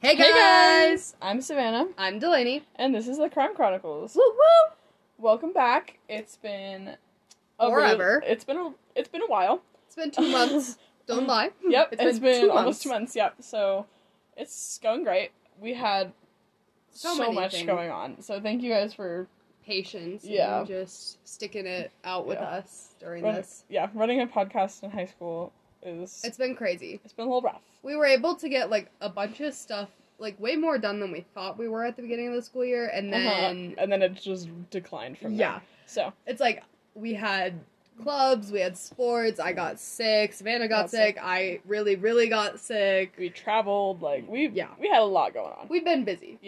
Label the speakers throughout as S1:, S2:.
S1: Hey guys!
S2: I'm Savannah,
S1: I'm Delaney.
S2: and this is the Crime Chronicles.
S1: Woo woo!
S2: Welcome back. It's been
S1: Forever.
S2: It's been a, it's been a while.
S1: It's been two months. Don't lie.
S2: Yep,
S1: Hmm. It's been two months.
S2: almost two months. Yep. So it's going great. We had
S1: So
S2: so,
S1: many
S2: much
S1: things.
S2: going on. So thank you guys for
S1: Patience.
S2: Yeah.
S1: And just sticking it out with
S2: Yeah.
S1: us during
S2: run-
S1: this.
S2: yeah running a podcast in high school is
S1: It's been crazy.
S2: it's been a little rough.
S1: We were able to get like a bunch of stuff, like way more done than we thought we were at the beginning of the school year, and then
S2: uh-huh. and then it just declined from
S1: yeah,
S2: there. So
S1: it's like we had clubs, we had sports. I got sick. Savannah got
S2: Got
S1: sick.
S2: sick.
S1: I really, really got sick.
S2: we traveled like we
S1: Yeah.
S2: we had a lot going on.
S1: We've been busy.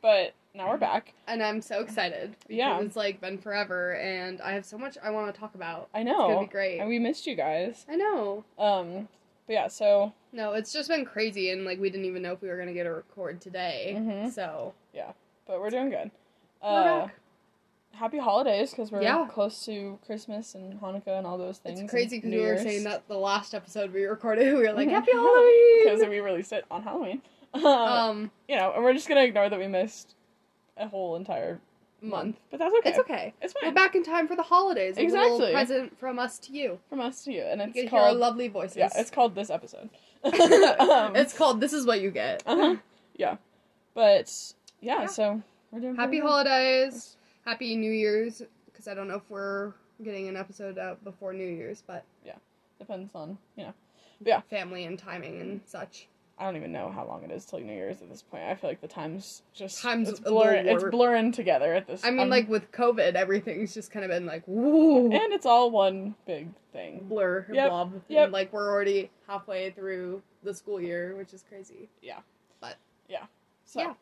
S2: but now we're back.
S1: and I'm so excited. Because
S2: Yeah.
S1: It's like been forever, and I have so much I want to talk about.
S2: I
S1: It's gonna
S2: know.
S1: be great.
S2: And we missed you guys.
S1: I know.
S2: Um, but yeah, so
S1: No, it's just been crazy, and like we didn't even know if we were gonna get a record today.
S2: Mhm.
S1: So
S2: but we're doing good.
S1: we're
S2: Uh,
S1: back.
S2: happy holidays because we're
S1: Yeah.
S2: close to Christmas and Hanukkah and all those things.
S1: it's crazy because
S2: because
S1: we were saying that the last episode we recorded, we were like,
S2: Mhm.
S1: "Happy
S2: because
S1: Halloween."
S2: we released it on Halloween. Uh, "Oh."
S1: Um,
S2: you know, and we're just gonna ignore that we missed a whole entire
S1: month.
S2: but that's okay.
S1: It's okay.
S2: It's
S1: We're
S2: fine
S1: back in time for the holidays. A little
S2: Exactly.
S1: present from us to you.
S2: from us to you, and
S1: You can
S2: it's
S1: hear our
S2: called
S1: lovely voices.
S2: yeah, it's called this episode. Um,
S1: it's called "This Is What You Get."
S2: uh-huh. yeah, but yeah,
S1: Yeah.
S2: so we're doing
S1: Happy
S2: pretty good.
S1: holidays. Happy New Year's. Because I don't know if we're getting an episode out before New Year's, but
S2: Depends on you know.
S1: family and timing and such.
S2: I don't even know how long it is till New Year's at this point. I feel like the times just
S1: Time's
S2: it's
S1: a
S2: blurring,
S1: blur.
S2: it's blurring together at this.
S1: I mean,
S2: um,
S1: like with COVID, everything's just kind of been like, woo,
S2: and it's all one big thing.
S1: blur,
S2: Yep,
S1: blob. and,
S2: yep.
S1: like we're already halfway through the school year, which is crazy.
S2: So,
S1: Yeah.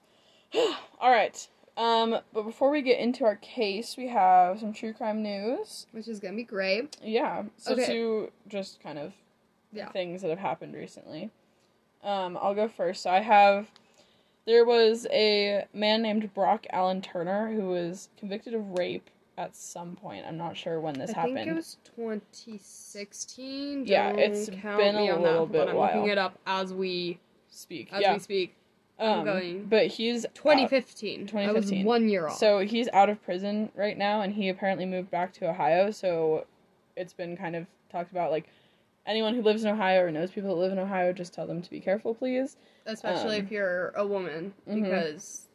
S2: all right. Um, but before we get into our case, we have some true crime news.
S1: Which is gonna be great.
S2: Yeah. So
S1: Okay.
S2: two just kind of
S1: Yeah.
S2: things that have happened recently. Um, I'll go first. So I have there was a man named Brock Allen Turner who was convicted of rape at some point. I'm not sure when this
S1: I
S2: happened.
S1: think it was 2016.
S2: Yeah,
S1: Don't
S2: it's
S1: count
S2: been
S1: me
S2: a
S1: on
S2: little
S1: that,
S2: bit
S1: but I'm
S2: while.
S1: looking it up as we
S2: Speak.
S1: as
S2: yeah.
S1: we speak.
S2: um,
S1: going.
S2: But he's out.
S1: 2015. I was
S2: 2015.
S1: one year off.
S2: So he's out of prison right now, and he apparently moved back to Ohio. So it's been kind of talked about like anyone who lives in Ohio or knows people that live in Ohio, just tell them to be careful, please.
S1: especially
S2: Um,
S1: if you're a woman
S2: Mhm.
S1: because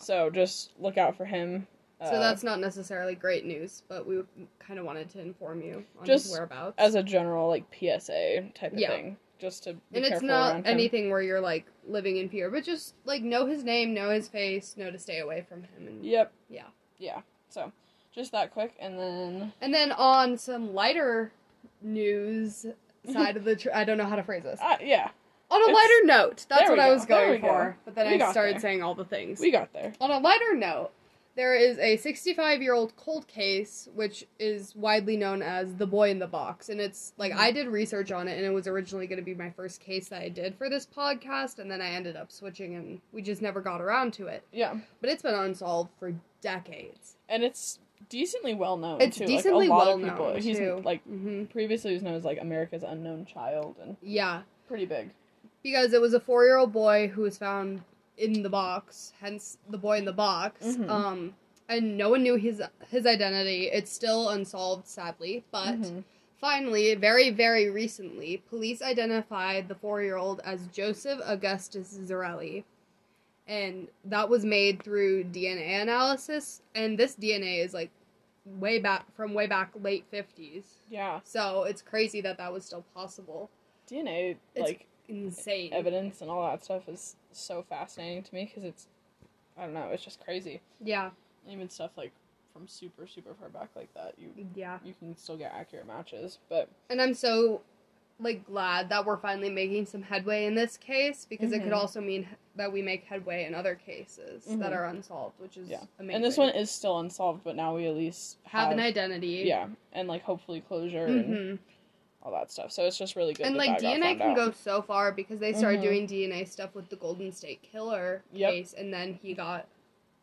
S2: So just look out for him.
S1: so
S2: uh,
S1: that's not necessarily great news but we kind of wanted to inform you on his
S2: Just
S1: whereabouts
S2: as a general like PSA type of
S1: Yeah.
S2: thing, just to be
S1: and it's
S2: careful
S1: not
S2: around him.
S1: anything where you're like living in fear but just like know his name know his face know to stay away from him and,
S2: Yep.
S1: Yeah.
S2: Yeah. So just that quick, and then
S1: and then on some lighter news side of the tr- i don't know how to phrase this
S2: uh, yeah,
S1: on a
S2: it's-
S1: lighter note that's
S2: there
S1: what
S2: we
S1: i
S2: go,
S1: was
S2: there
S1: going
S2: we go.
S1: for but then
S2: We
S1: i
S2: got
S1: started
S2: there.
S1: saying all the things
S2: we got there.
S1: On a lighter note, there is a 65 year old cold case, which is widely known as the boy in the box. And it's like,
S2: Mm-hmm.
S1: I did research on it, and it was originally going to be my first case that I did for this podcast. And then I ended up switching, and we just never got around to it.
S2: Yeah,
S1: But it's been unsolved for decades.
S2: and it's decently well known.
S1: It's
S2: too.
S1: decently
S2: like, a lot
S1: well
S2: of people.
S1: known.
S2: He's
S1: too.
S2: like
S1: Mhm.
S2: previously was known as like America's unknown child and
S1: yeah.
S2: pretty big.
S1: Because it was a four year old boy who was found in the box, hence the boy in the box.
S2: Mhm.
S1: Um, and no one knew his his identity. It's still unsolved, sadly. But
S2: Mhm.
S1: finally, very very recently, police identified the four year old as Joseph Augustus Zarelli, and that was made through DNA analysis. And this DNA is like way back from way back late fifties.
S2: yeah,
S1: So it's crazy that that was still possible.
S2: DNA
S1: It's
S2: like
S1: Insane.
S2: evidence and all that stuff is so fascinating to me because it's I don't know, it's just crazy.
S1: Yeah.
S2: Even stuff like from super super far back like that, you
S1: Yeah.
S2: you can still get accurate matches, but
S1: and I'm so like glad that we're finally making some headway in this case because it could
S2: Mhm.
S1: also mean that we make headway in other cases that
S2: Mhm.
S1: are unsolved, which is
S2: Yeah.
S1: amazing.
S2: and this one is still unsolved, but now we at least
S1: have, an identity.
S2: Yeah, and like hopefully closure and
S1: hmm
S2: all that stuff. So it's just really good.
S1: And
S2: that
S1: like
S2: that got
S1: DNA
S2: found
S1: can
S2: out.
S1: go so far because they started
S2: Mhm.
S1: doing DNA stuff with the Golden State Killer
S2: Yep.
S1: case, and then he got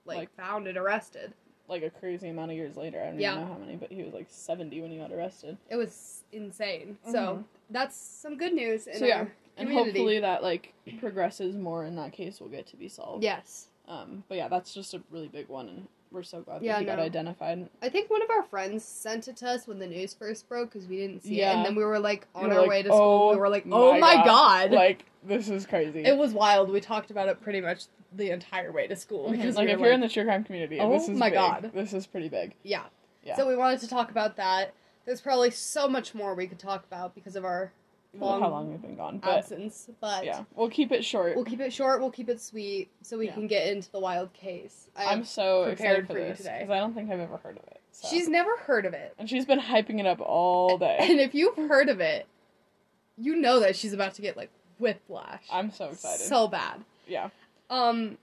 S1: like,
S2: Like-
S1: found and arrested.
S2: like a crazy amount of years later. I don't
S1: Yeah.
S2: even know how many, but he was like seventy when he got arrested.
S1: It was insane. So that's some good news in
S2: Mm-hmm. So, yeah.
S1: our
S2: and
S1: Community.
S2: hopefully that like progresses more. In that case, will get to be solved.
S1: Yes.
S2: Um, but yeah, that's just a really big one, and we're so glad
S1: Yeah,
S2: that he got
S1: no.
S2: identified.
S1: I think one of our friends sent it to us when the news first broke because we didn't see it,
S2: Yeah.
S1: and then we were like on
S2: We're
S1: our
S2: like,
S1: way to school.
S2: "Oh
S1: we were like, "Oh my god!"
S2: Like this is crazy.
S1: it was wild. We talked about it pretty much the entire way to school
S2: Mhm.
S1: because
S2: like
S1: we
S2: if
S1: were
S2: you're in the true crime community,
S1: Oh
S2: this is
S1: my
S2: big.
S1: God.
S2: this is pretty big.
S1: yeah.
S2: Yeah.
S1: So we wanted to talk about that. There's probably so much more we could talk about because of our
S2: Well,
S1: long,
S2: how long we've been gone, but
S1: absence, but
S2: yeah, we'll keep it short.
S1: we'll keep it short. We'll keep it sweet so we
S2: Yeah.
S1: can get into the wild case. I,
S2: I'm so
S1: prepared
S2: excited for,
S1: for you
S2: this
S1: today.
S2: because I don't think I've ever heard of it. so.
S1: She's never heard of it,
S2: and she's been hyping it up all day.
S1: and if you've heard of it, you know that she's about to get like whiplash.
S2: I'm so excited.
S1: So bad.
S2: yeah,
S1: Um,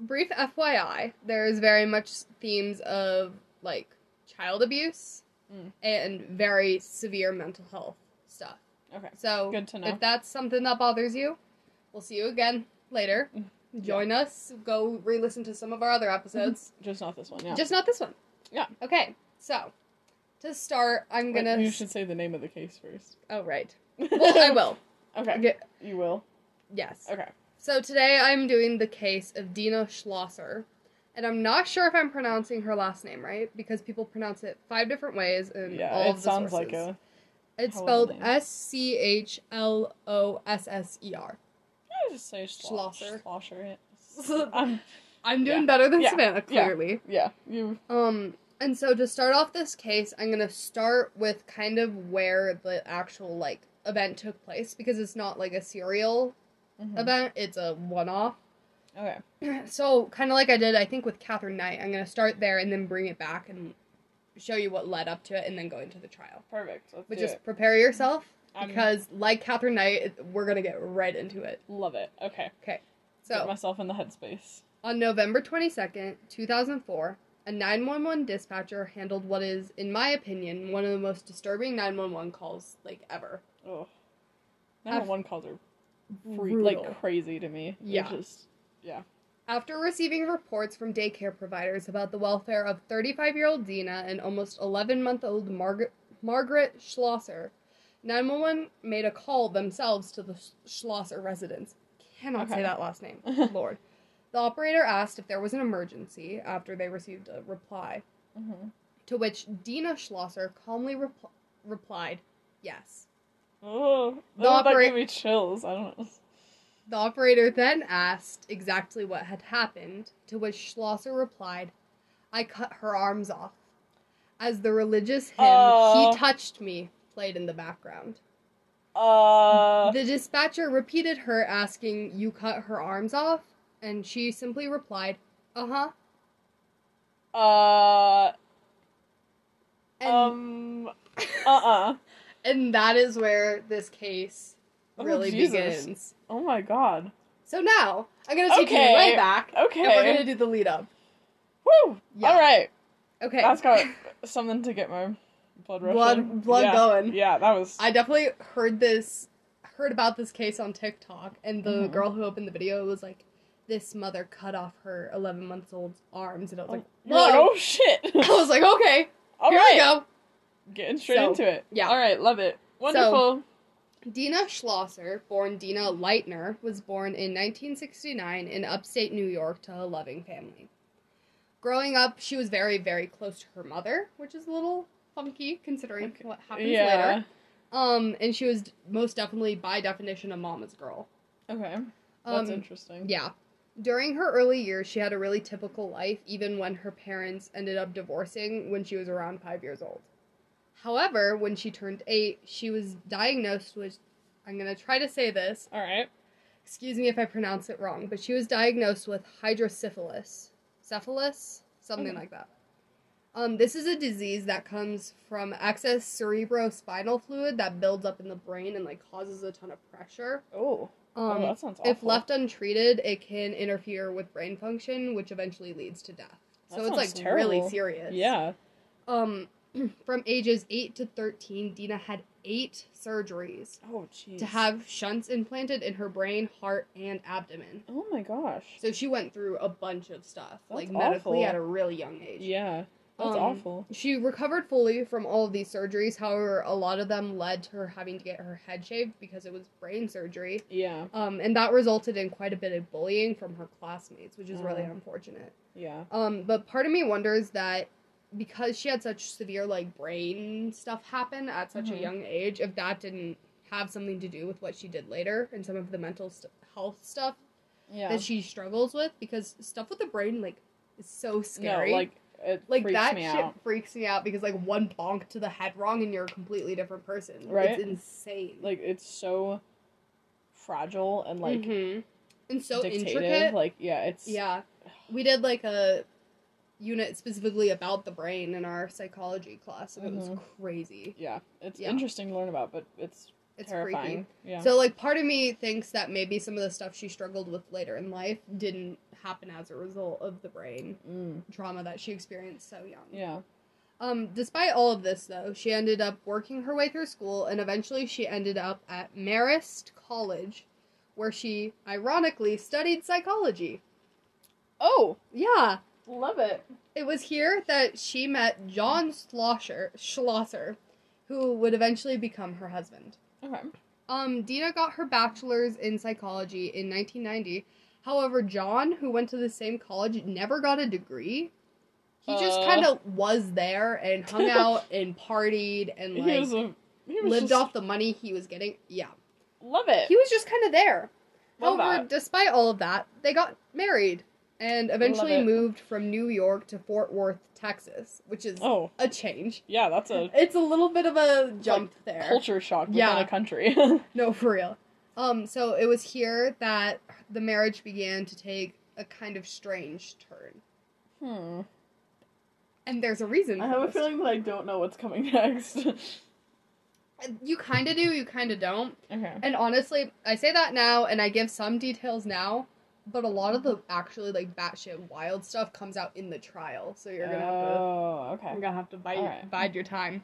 S1: brief FYI, there is very much themes of like child abuse
S2: Mm.
S1: and very severe mental health stuff.
S2: okay.
S1: So
S2: Good to know.
S1: if that's something that bothers you, we'll see you again later.
S2: Mm.
S1: Join us. Go re-listen to some of our other episodes.
S2: Just not this one. Mm-hmm. Yeah.
S1: Just not this one.
S2: Yeah.
S1: Okay. So to start, I'm
S2: Wait,
S1: gonna.
S2: You should say the name of the case first.
S1: Oh right. Well, I will.
S2: okay.
S1: Okay.
S2: You will.
S1: Yes.
S2: Okay.
S1: So today I'm doing the case of Dina Schlosser. And I'm not sure if I'm pronouncing her last name right because people pronounce it five different ways and all
S2: Yeah.
S1: of
S2: It
S1: the
S2: sounds
S1: sources.
S2: like a.
S1: It's
S2: hell of a
S1: spelled
S2: name.
S1: S C H L O S S E R.
S2: I just say schlo-
S1: Schlosser.
S2: Schlosser. It. I'm,
S1: I'm doing
S2: Yeah.
S1: better than
S2: Yeah.
S1: Savannah,
S2: Yeah.
S1: clearly.
S2: yeah. You.
S1: Um, and so to start off this case, I'm gonna start with kind of where the actual like event took place because it's not like a serial
S2: mhm.
S1: event; it's a one-off.
S2: Okay.
S1: So kind of like I did, I think with Catherine Knight, I'm gonna start there and then bring it back and show you what led up to it, and then go into the trial.
S2: Perfect. Let's
S1: But
S2: do
S1: just
S2: it.
S1: prepare yourself
S2: I'm-
S1: because, like Catherine Knight, it- we're gonna get right into it.
S2: love it. Okay. Get
S1: So
S2: myself in the headspace.
S1: on November 22nd, 2004, a 911 dispatcher handled what is, in my opinion, one of the most disturbing 911 calls like ever.
S2: Oh.
S1: I've-
S2: Number one calls are free,
S1: Brutal.
S2: like crazy to me. They're
S1: Yeah.
S2: Just, yeah.
S1: After receiving reports from daycare providers about the welfare of 35 year old Dina and almost 11 month old Margaret, Margaret Schlosser, 911 made a call themselves to the Sch- Schlosser residence. Cannot say
S2: Okay.
S1: that last name. Lord. The operator asked if there was an emergency after they received a reply,
S2: Mhm.
S1: to which Dina Schlosser calmly repl- replied, Yes.
S2: Oh,
S1: The
S2: that, that
S1: opera-
S2: gave me chills. I don't know.
S1: The operator then asked exactly what had happened, to which Schlosser replied, I cut her arms off. As the religious hymn,
S2: Oh.
S1: He Touched Me, played in the background.
S2: Uh,
S1: The dispatcher repeated her asking, You cut her arms off? And she simply replied, Uh huh.
S2: uh,
S1: And,
S2: um, uh-uh.
S1: and that is where this case
S2: Oh,
S1: really
S2: Jesus.
S1: begins.
S2: Oh my god.
S1: So now, I'm going to take you
S2: Okay.
S1: way back,
S2: Okay.
S1: and we're going to do the lead up.
S2: Woo!
S1: Yeah.
S2: All right.
S1: Okay.
S2: That's got something to get my blood rushing.
S1: Blood- blood
S2: yeah.
S1: going.
S2: Yeah, that was.
S1: I definitely heard this, heard about this case on TikTok, and the
S2: Mhm.
S1: girl who opened the video was like, "This mother cut off her 11 month old arms," and I was like,
S2: You're like,
S1: "Whoa!"
S2: oh shit.
S1: I was like, "Okay,
S2: All
S1: here
S2: right.
S1: we go."
S2: Getting straight
S1: So,
S2: into it.
S1: yeah.
S2: All right. Love it. Wonderful.
S1: Dina Schlosser, born Dina Leitner, was born in 1969 in upstate New York to a loving family. Growing up, she was very, very close to her mother, which is a little funky considering
S2: Okay.
S1: what happens
S2: yeah.
S1: later. Um, and she was most definitely, by definition, a mama's girl.
S2: Okay. That's
S1: Um,
S2: interesting.
S1: Yeah. During her early years, she had a really typical life, even when her parents ended up divorcing when she was around five years old. However, when she turned eight, she was diagnosed with. I'm going to try to say this.
S2: All right.
S1: Excuse me if I pronounce it wrong, but she was diagnosed with hydrocephalus. Cephalus? Something
S2: Okay.
S1: like that. Um, this is a disease that comes from excess cerebrospinal fluid that builds up in the brain and like causes a ton of pressure.
S2: Oh.
S1: Um,
S2: oh, that sounds awful.
S1: if left untreated, it can interfere with brain function, which eventually leads to death.
S2: That
S1: so it's like
S2: sounds
S1: really
S2: terrible.
S1: serious.
S2: Yeah.
S1: Um, from ages eight to thirteen, Dina had eight surgeries
S2: Oh, jeez.
S1: to have shunts implanted in her brain, heart, and abdomen.
S2: Oh my gosh.
S1: So she went through a bunch of stuff,
S2: That's
S1: like medically
S2: awful.
S1: at a really young age.
S2: Yeah. That's
S1: Um,
S2: awful.
S1: She recovered fully from all of these surgeries. However, a lot of them led to her having to get her head shaved because it was brain surgery.
S2: Yeah.
S1: Um, and that resulted in quite a bit of bullying from her classmates, which is really
S2: Oh.
S1: unfortunate.
S2: Yeah.
S1: Um, but part of me wonders that because she had such severe like brain stuff happen at such
S2: Mhm.
S1: a young age, if that didn't have something to do with what she did later and some of the mental st- health stuff
S2: Yeah.
S1: that she struggles with, because stuff with the brain like is so scary.
S2: No, like it
S1: Like
S2: freaks
S1: that
S2: me
S1: shit
S2: out.
S1: freaks me out because like one bonk to the head wrong and you're a completely different person.
S2: Right?
S1: It's insane.
S2: Like it's so fragile and like
S1: Mhm. and so
S2: dictative.
S1: intricate.
S2: Like yeah, it's
S1: yeah, we did like a unit specifically about the brain in our psychology class, and it was
S2: Mhm.
S1: crazy.
S2: yeah, it's
S1: Yeah.
S2: interesting to learn about, but it's
S1: It's
S2: terrifying. Yeah.
S1: freaky. So like, part of me thinks that maybe some of the stuff she struggled with later in life didn't happen as a result of the brain
S2: mm,
S1: trauma that she experienced so young.
S2: yeah.
S1: Um, despite all of this, though, she ended up working her way through school, and eventually she ended up at Marist College, where she ironically studied psychology.
S2: Oh,
S1: Yeah,
S2: love it.
S1: it was here that she met John Schlosser, Schlosser, who would eventually become her husband.
S2: Okay.
S1: Um, Dina got her bachelor's in psychology in 1990. However, John, who went to the same college, never got a degree. He just
S2: Uh.
S1: kind of was there and hung out and partied and like
S2: he was a he was
S1: lived
S2: just,
S1: off the money he was getting. Yeah.
S2: Love it.
S1: He was just kind of there.
S2: Love
S1: However,
S2: that.
S1: despite all of that, they got married and
S2: Love
S1: eventually
S2: it.
S1: moved from New York to Fort Worth, Texas, which is
S2: oh
S1: a change.
S2: yeah, that's a
S1: It's a little bit of a jump there.
S2: culture shock within
S1: Yeah.
S2: a country.
S1: No, for real. Um, so it was here that the marriage began to take a kind of strange turn.
S2: hmm.
S1: And there's a reason.
S2: I
S1: for
S2: have a
S1: this.
S2: feeling that I don't know what's coming next.
S1: You kind of do, you kind of don't.
S2: okay.
S1: And honestly, I say that now and I give some details now, but a lot of the actually like batshit wild stuff comes out in the trial, so you're gonna have to
S2: oh, okay.
S1: you're gonna have to bide,
S2: Alright.
S1: bide your time.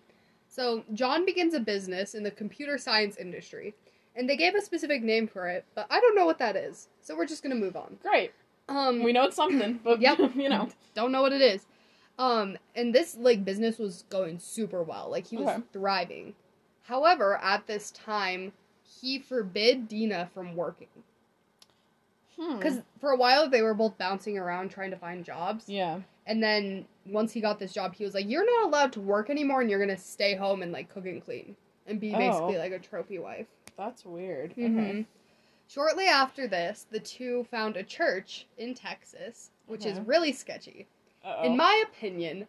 S1: So John begins a business in the computer science industry, and they gave a specific name for it, but I don't know what that is, so we're just gonna move on.
S2: Great.
S1: Um,
S2: We know it's something, but
S1: Yep.
S2: you know.
S1: don't know what it is. Um, and this like business was going super well. Like he was
S2: Okay.
S1: thriving. However, at this time, he forbid Dina from working
S2: Hmm.
S1: because for a while they were both bouncing around trying to find jobs.
S2: yeah.
S1: And then once he got this job, he was like, "You're not allowed to work anymore, and you're gonna stay home and like cook and clean and be
S2: Oh. Mm-hmm.
S1: basically like a trophy wife."
S2: That's weird. Okay.
S1: Mhm. Shortly after this, the two found a church in Texas, which is
S2: Okay.
S1: really sketchy.
S2: Uh-oh.
S1: In my opinion,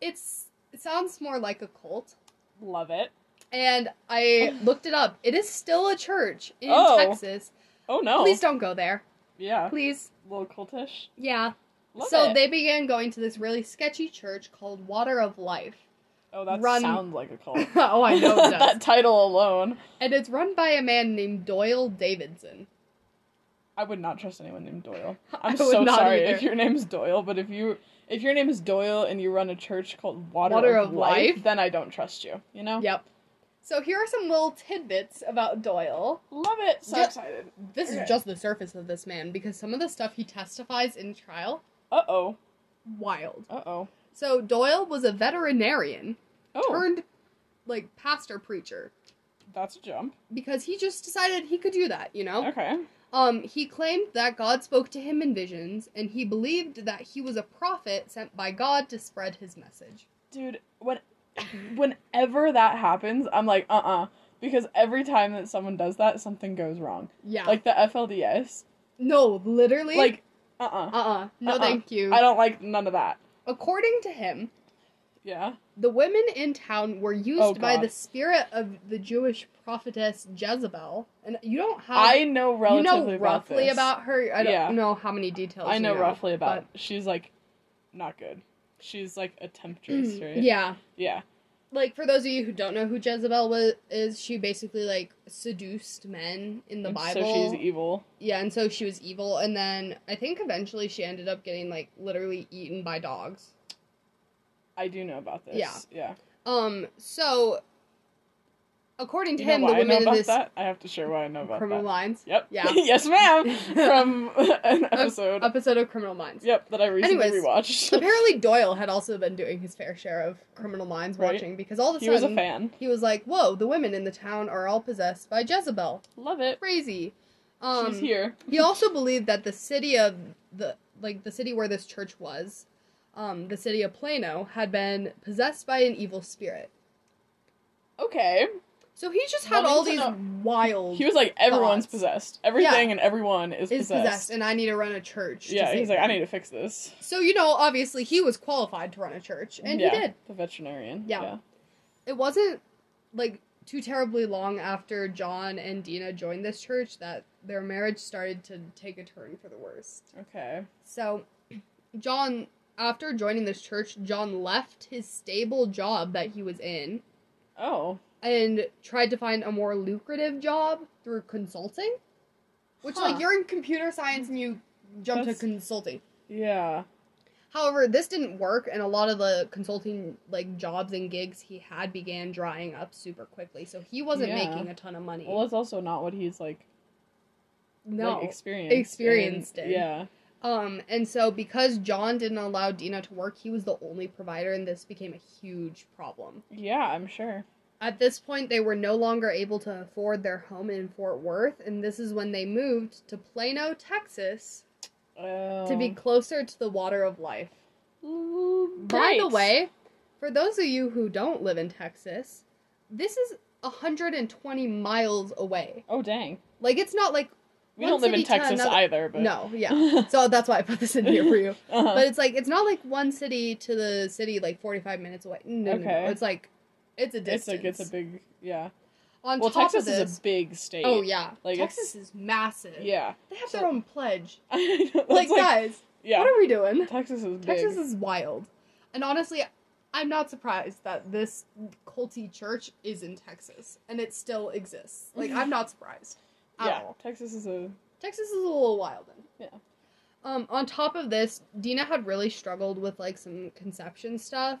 S1: it's it sounds more like a cult.
S2: Love it.
S1: And I looked it up. It is still a church in
S2: Oh.
S1: Texas.
S2: Oh no.
S1: Please don't go there.
S2: yeah.
S1: Please.
S2: little cultish.
S1: Yeah.
S2: Love
S1: so
S2: it.
S1: they began going to this really sketchy church called Water of Life.
S2: Oh, that
S1: run-
S2: sounds like a cult.
S1: oh, I know it does.
S2: that title alone.
S1: and it's run by a man named Doyle Davidson.
S2: I would not trust anyone named Doyle.
S1: I
S2: I'm
S1: would
S2: so
S1: not
S2: sorry
S1: either.
S2: if your name's Doyle, but if you if your name is Doyle and you run a church called Water,
S1: Water
S2: of,
S1: of
S2: Life,
S1: Life?
S2: then I don't trust you. You know.
S1: Yep. So here are some little tidbits about Doyle.
S2: Love it. So
S1: Ju-
S2: excited.
S1: This
S2: Okay.
S1: is just the surface of this man because some of the stuff he testifies in trial,
S2: Uh oh.
S1: wild.
S2: Uh oh.
S1: So Doyle was a veterinarian
S2: Oh,
S1: turned like pastor preacher
S2: that's a jump.
S1: because he just decided he could do that, you know?
S2: Okay.
S1: Um he claimed that God spoke to him in visions and he believed that he was a prophet sent by God to spread his message.
S2: Dude, when whenever that happens, I'm like, uh uh Because every time that someone does that, something goes wrong.
S1: Yeah.
S2: Like the FLDS.
S1: no, literally
S2: Like, uh uh
S1: uh-uh. No
S2: Uh-uh.
S1: thank you.
S2: I don't like none of that.
S1: According to him,
S2: Yeah.
S1: the women in town were used
S2: Oh,
S1: by
S2: God.
S1: the spirit of the Jewish prophetess Jezebel. And you don't have
S2: I know
S1: you
S2: relatively
S1: know roughly
S2: this.
S1: about, her. I don't
S2: Yeah.
S1: know how many details.
S2: I
S1: you
S2: know, roughly
S1: but-
S2: about. She's like, not good. She's like a temptress, right?
S1: Mm, Yeah.
S2: Yeah.
S1: Like for those of you who don't know who Jezebel was, is she basically like seduced men in the
S2: And
S1: Bible?
S2: So she's e-, evil.
S1: yeah, and so she was evil, and then I think eventually she ended up getting like literally eaten by dogs.
S2: I do know about this.
S1: Yeah.
S2: Yeah.
S1: Um, so Um, according to
S2: You know
S1: him, the
S2: why I know
S1: women in
S2: about
S1: this
S2: that? I have to share why I know about
S1: Criminal
S2: that.
S1: Minds
S2: Yep.
S1: Yeah.
S2: yes, ma'am. From an episode.
S1: episode of Criminal Minds.
S2: Yep, that I recently
S1: Anyways,
S2: rewatched.
S1: Apparently, Doyle had also been doing his fair share of Criminal Minds
S2: Right.
S1: watching because all of a
S2: he was
S1: sudden
S2: a fan.
S1: he was like, "Whoa, the women in the town are all possessed by Jezebel.
S2: Love it.
S1: Crazy." Um,
S2: She's here.
S1: he also believed that the city of the like the city where this church was, um, the city of Plano, had been possessed by an evil spirit.
S2: Okay.
S1: So he just had
S2: Wanting
S1: all
S2: to
S1: these
S2: know-
S1: wild
S2: He was like, everyone's
S1: Thoughts.
S2: possessed. Everything and everyone is,
S1: is possessed.
S2: possessed.
S1: and I need to run a church. to
S2: yeah,
S1: save
S2: he's like, I
S1: them."
S2: need to fix this.
S1: So you know, obviously he was qualified to run a church, and
S2: yeah,
S1: he did.
S2: The veterinarian.
S1: Yeah. It wasn't like too terribly long after John and Dina joined this church that their marriage started to take a turn for the worse.
S2: yeah. Okay.
S1: So, John, after joining this church, John left his stable job that he was in
S2: Oh.
S1: and tried to find a more lucrative job through consulting. Which,
S2: Huh.
S1: like, you're in computer science and you jump
S2: That's-
S1: to consulting.
S2: Yeah.
S1: However, this didn't work, and a lot of the consulting like jobs and gigs he had began drying up super quickly. So he wasn't
S2: Yeah.
S1: making a ton of money.
S2: Well, that's also not what he's like,
S1: no,
S2: like experienced.
S1: experienced
S2: in.
S1: in.
S2: Yeah.
S1: Um, and so because John didn't allow Dina to work, he was the only provider, and this became a huge problem.
S2: Yeah, I'm sure.
S1: At this point, they were no longer able to afford their home in Fort Worth, and this is when they moved to Plano, Texas,
S2: Oh.
S1: to be closer to the water of life. By
S2: By
S1: the way, for those of you who don't live in Texas, this is 120 miles away.
S2: Oh dang.
S1: Like, it's not like.
S2: We
S1: one
S2: don't live in
S1: city to
S2: Texas
S1: another-
S2: either, but
S1: No, yeah. So that's why I put this in here for you.
S2: Uh-huh.
S1: But it's like it's not like one city to the city like forty five minutes away. No, no,
S2: Okay.
S1: no. It's like it's a
S2: it's
S1: distance.
S2: like it's a big yeah.
S1: On
S2: well,
S1: top
S2: Texas
S1: of this,
S2: is a big state.
S1: oh yeah,
S2: like,
S1: Texas is massive.
S2: Yeah.
S1: they have
S2: So-
S1: their own pledge.
S2: I know, that's
S1: Like, guys,
S2: yeah.
S1: what are we doing?
S2: Texas is big.
S1: Texas is wild, and honestly, I'm not surprised that this culty church is in Texas and it still exists. Like I'm not surprised. at
S2: yeah.
S1: all.
S2: Texas is a
S1: Texas is a little wild then.
S2: Yeah.
S1: Um, on top of this, Dina had really struggled with like some conception stuff,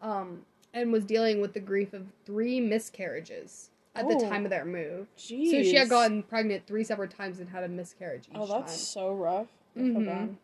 S1: um, and was dealing with the grief of three miscarriages at the
S2: Oh.
S1: time of their move.
S2: Jeez.
S1: So she had gotten pregnant three separate times and had a miscarriage each
S2: Oh, that's
S1: time.
S2: so rough. I feel
S1: Mhm.
S2: bad.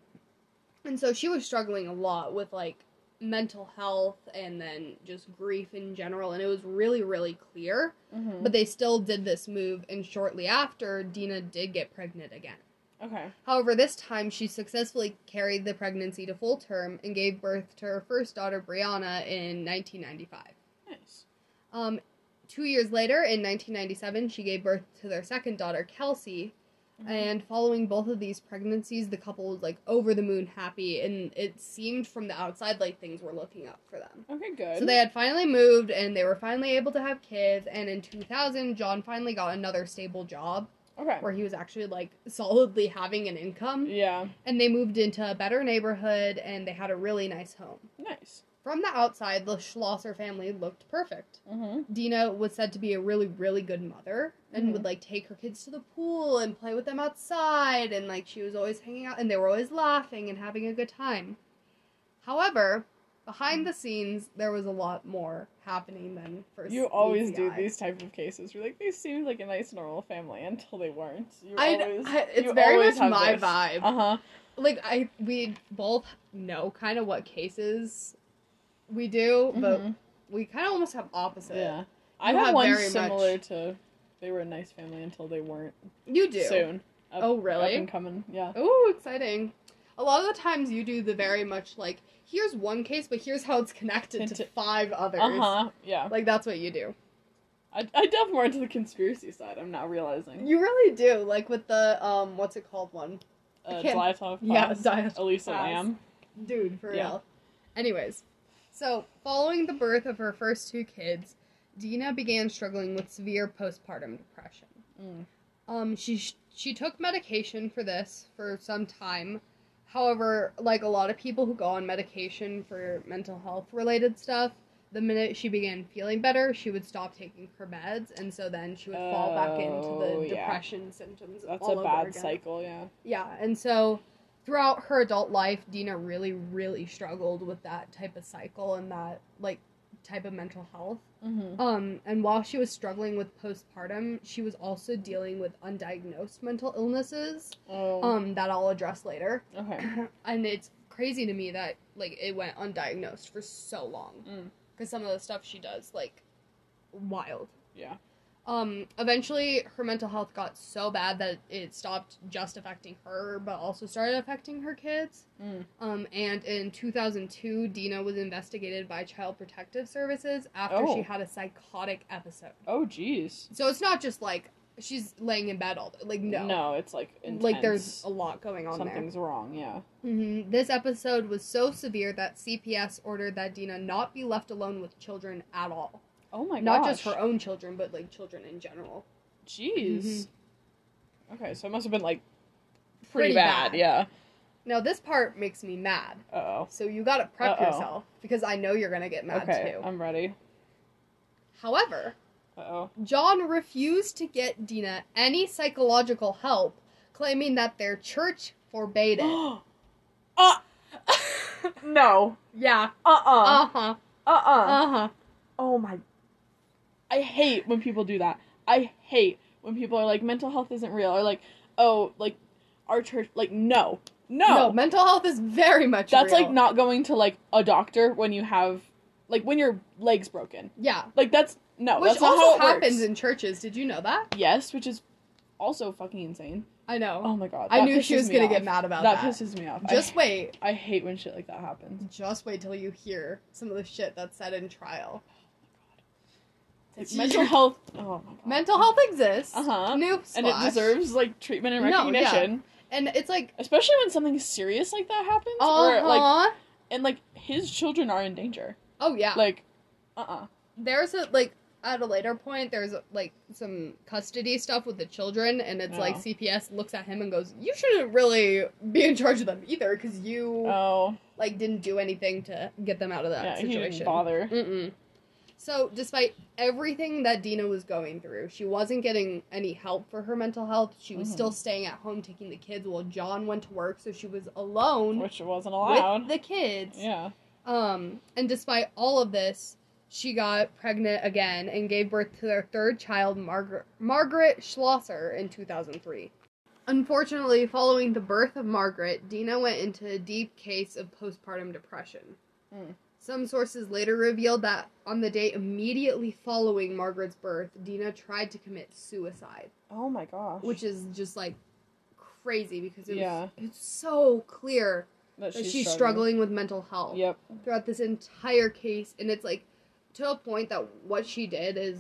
S1: And so she was struggling a lot with like mental health and then just grief in general, and it was really, really clear.
S2: Mhm.
S1: But they still did this move, and shortly after, Dina did get pregnant again.
S2: Okay.
S1: However, this time she successfully carried the pregnancy to full term and gave birth to her first daughter, Brianna, in 1995.
S2: Nice.
S1: Um, two years later, in 1997, she gave birth to their second daughter, Kelsey.
S2: Mm-hmm.
S1: And following both of these pregnancies, the couple was like over the moon happy, and it seemed from the outside like things were looking up for them.
S2: Okay, good.
S1: So they had finally moved and they were finally able to have kids. And in 2000, John finally got another stable job
S2: Okay.
S1: where he was actually like solidly having an income
S2: Yeah.
S1: and they moved into a better neighborhood and they had a really nice home.
S2: Nice.
S1: From the outside, the Schlosser family looked perfect.
S2: Mhm.
S1: Dina was said to be a really, really good mother and
S2: Mhm.
S1: would like take her kids to the pool and play with them outside, and like she was always hanging out and they were always laughing and having a good time. However, behind the scenes, there was a lot more happening than first.
S2: You always
S1: meets the
S2: do
S1: eye.
S2: these type of cases. You're like, they seemed like a nice, normal family until they weren't. You
S1: I-
S2: always,
S1: I- it's very much my vibe.
S2: Uh huh.
S1: like I we both know kind of what cases we do, but we kind of almost have opposite.
S2: Mm-hmm. yeah. I
S1: you
S2: have
S1: have
S2: one
S1: very
S2: similar
S1: much-
S2: to. They were a nice family until they weren't.
S1: You do.
S2: Soon. Up-
S1: Oh, really?
S2: Up and coming. Yeah.
S1: Oh, exciting. A lot of the times you do the very much like, here's one case, but here's how it's connected to
S2: Into-
S1: five others.
S2: Uh huh. Yeah.
S1: Like, that's what you do.
S2: I, I delve more into the conspiracy side. I'm now realizing.
S1: You really do. Like, with the, um, what's it called one?
S2: Uh,
S1: can't-
S2: Zlatov.
S1: yeah,
S2: Pass,
S1: Zlatov
S2: Elisa
S1: Pass.
S2: Lamb.
S1: Dude, for
S2: Yeah.
S1: real. Anyways, so following the birth of her first two kids, Dina began struggling with severe postpartum depression.
S2: Mm.
S1: Um, she sh- she took medication for this for some time. However, like a lot of people who go on medication for mental health related stuff, the minute she began feeling better, she would stop taking her meds, and so then she would fall back
S2: Oh,
S1: into the
S2: yeah.
S1: depression symptoms.
S2: That's
S1: all
S2: a
S1: over
S2: bad
S1: again.
S2: cycle. Yeah.
S1: Yeah, and so throughout her adult life, Dina really, really struggled with that type of cycle and that like type of mental health.
S2: Mm-hmm.
S1: Um, and while she was struggling with postpartum, she was also dealing with undiagnosed mental illnesses
S2: Oh.
S1: um, that I'll address later.
S2: okay.
S1: and it's crazy to me that like it went undiagnosed for so long
S2: Mm.
S1: because some of the stuff she does like wild.
S2: Yeah.
S1: Um, eventually, her mental health got so bad that it stopped just affecting her, but also started affecting her kids.
S2: Mm.
S1: Um, and in 2002, Dina was investigated by Child Protective Services after
S2: Oh.
S1: she had a psychotic episode.
S2: Oh, jeez.
S1: So it's not just like she's laying in bed all day. Like no,
S2: No, it's like intense.
S1: like there's a lot going on
S2: something's wrong. Yeah.
S1: there. hmm This episode was so severe that CPS ordered that Dina not be left alone with children at all.
S2: Oh my god.
S1: not just her own children, but like children in general.
S2: Jeez. Okay, so it must have been like pretty,
S1: Mm-hmm. Pretty
S2: bad.
S1: bad.
S2: Yeah.
S1: Now this part makes me mad.
S2: Uh oh.
S1: So you gotta prep
S2: Uh-oh.
S1: yourself because I know you're gonna get mad
S2: Okay, um,
S1: too.
S2: I'm ready.
S1: However,
S2: Uh oh.
S1: John refused to get Dina any psychological help, claiming that their church forbade it.
S2: uh. No.
S1: yeah.
S2: Uh uh.
S1: Uh huh.
S2: Uh uh.
S1: Uh huh.
S2: Oh my. I hate when people do that. I hate when people are like, mental health isn't real, or like, oh, like, our church, like, no, no.
S1: No. mental health is very much.
S2: That's
S1: real.
S2: like not going to like a doctor when you have, like, when your leg's broken.
S1: Yeah.
S2: Like that's no.
S1: Which
S2: that's not
S1: also
S2: how it
S1: happens
S2: works.
S1: in churches. Did you know that?
S2: yes, which is also fucking insane.
S1: I know.
S2: Oh my god.
S1: I
S2: that
S1: knew she
S2: pisses
S1: was
S2: me
S1: gonna
S2: off.
S1: get mad about
S2: That
S1: that.
S2: pisses me off.
S1: Just
S2: I,
S1: wait.
S2: I hate when shit like that happens.
S1: Just wait till you hear some of the shit that's said in trial.
S2: Like, mental health. Oh my god.
S1: Mental health exists.
S2: Uh-huh.
S1: Noob
S2: And it
S1: squash.
S2: deserves like treatment and
S1: No, yeah.
S2: recognition,
S1: And it's like,
S2: especially when something serious like that happens.
S1: uh
S2: Or like
S1: huh.
S2: and like his children are in danger.
S1: Oh yeah.
S2: Like, uh uh
S1: there's a like at a later point there's like some custody stuff with the children and it's like
S2: Oh.
S1: cps looks at him and goes you shouldn't really be in charge of them either because you
S2: Oh,
S1: like didn't do anything to get them out of that
S2: yeah, he
S1: situation
S2: didn't bother.
S1: Mm-mm. so despite everything that dina was going through she wasn't getting any help for her mental health she was
S2: Mhm.
S1: still staying at home taking the kids while john went to work so she was alone
S2: Which wasn't
S1: with
S2: allowed.
S1: the kids
S2: yeah.
S1: um, and despite all of this, she got pregnant again and gave birth to their third child, Margaret Margaret Schlosser, in 2003. Unfortunately, following the birth of Margaret, Dina went into a deep case of postpartum depression. Hmm.
S2: Mm.
S1: Some sources later revealed that on the day immediately following Margaret's birth, Dina tried to commit suicide,
S2: Oh my gosh.
S1: which is just like crazy because it was,
S2: Yeah.
S1: it's so clear
S2: that
S1: that she's struggling with mental health
S2: Yep.
S1: throughout this entire case and it's like to a point that what she did is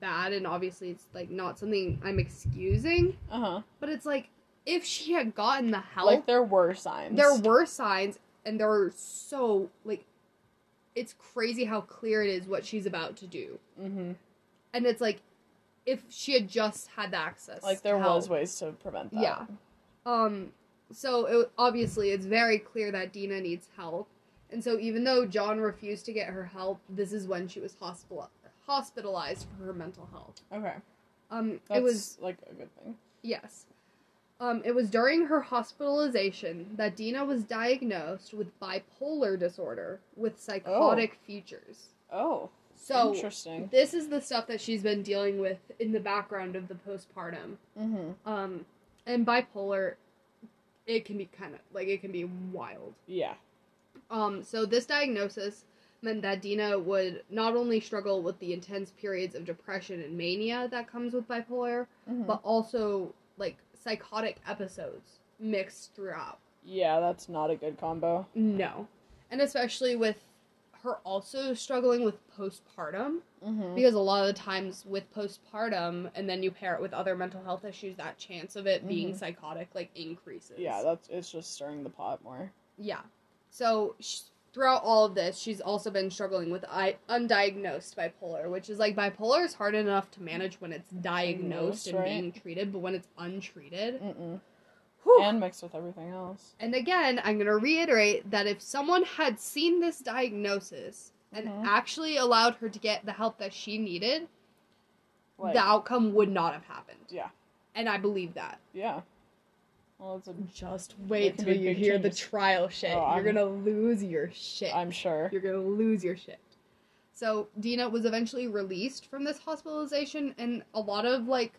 S1: bad and obviously it's like not something I'm excusing
S2: Uh huh.
S1: but it's like if she had gotten the help
S2: Like there were signs.
S1: there were signs and there were so like it's crazy how clear it is what she's about to do
S2: Mm-hmm.
S1: and it's like if she had just had the access
S2: Like there
S1: to help.
S2: was ways to prevent that.
S1: Yeah. Um, so it, obviously, it's very clear that Dina needs help, and so even though John refused to get her help, this is when she was hospital hospitalized for her mental health.
S2: Okay.
S1: Um,
S2: That's
S1: it was
S2: like a good thing.
S1: yes. Um, it was during her hospitalization that Dina was diagnosed with bipolar disorder with psychotic features.
S2: Oh,
S1: So
S2: interesting.
S1: this is the stuff that she's been dealing with in the background of the postpartum.
S2: Mm-hmm.
S1: Um, and bipolar, it can be kind of like it can be wild.
S2: Yeah.
S1: Um, so this diagnosis meant that Dina would not only struggle with the intense periods of depression and mania that comes with bipolar,
S2: Mhm.
S1: but also like psychotic episodes mixed throughout.
S2: Yeah, that's not a good combo.
S1: No, and especially with her also struggling with postpartum
S2: Mm-hmm.
S1: because a lot of the times with postpartum and then you pair it with other mental health issues that chance of it being
S2: Mhm.
S1: psychotic like increases
S2: Yeah, that's it's just stirring the pot more.
S1: yeah so sh- throughout all of this she's also been struggling with I- undiagnosed bipolar which is like bipolar is hard enough to manage when it's diagnosed
S2: Diagnosed,
S1: and
S2: right.
S1: being treated but when it's untreated
S2: Mm-mm.
S1: whew.
S2: And mixed with everything else.
S1: And again, I'm going to reiterate that if someone had seen this diagnosis and
S2: Mhm.
S1: actually allowed her to get the help that she needed,
S2: Like,
S1: the outcome would not have happened.
S2: Yeah.
S1: And I believe that.
S2: Yeah. Well, it's a.
S1: Just
S2: There
S1: wait
S2: could
S1: till
S2: be
S1: you
S2: big
S1: hear the
S2: changes.
S1: trial shit.
S2: Oh,
S1: You're
S2: I'm-
S1: gonna lose your shit.
S2: I'm sure.
S1: You're gonna lose your shit. So Dina was eventually released from this hospitalization, and a lot of like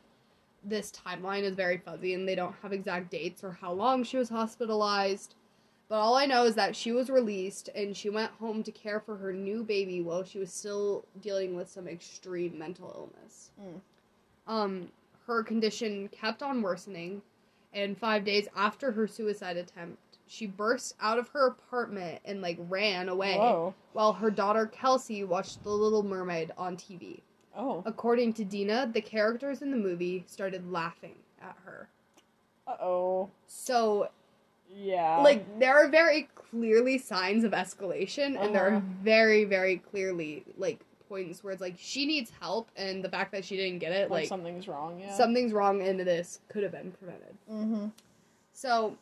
S1: this timeline is very fuzzy, and they don't have exact dates or how long she was hospitalized. But all I know is that she was released and she went home to care for her new baby while she was still dealing with some extreme mental illness.
S2: Mm.
S1: Um, her condition kept on worsening, and five days after her suicide attempt, she burst out of her apartment and like ran away
S2: Whoa.
S1: while her daughter Kelsey watched The Little Mermaid on TV.
S2: Oh.
S1: According to Dina, the characters in the movie started laughing at her.
S2: Uh oh.
S1: So,
S2: Yeah.
S1: like, there are very clearly signs of escalation, and there are
S2: Uh-huh.
S1: very, very clearly, like, points where it's like she needs help, and the fact that she didn't get it,
S2: Like,
S1: like,
S2: something's wrong. Yeah.
S1: something's wrong, and this could have been prevented.
S2: Mm-hmm.
S1: So,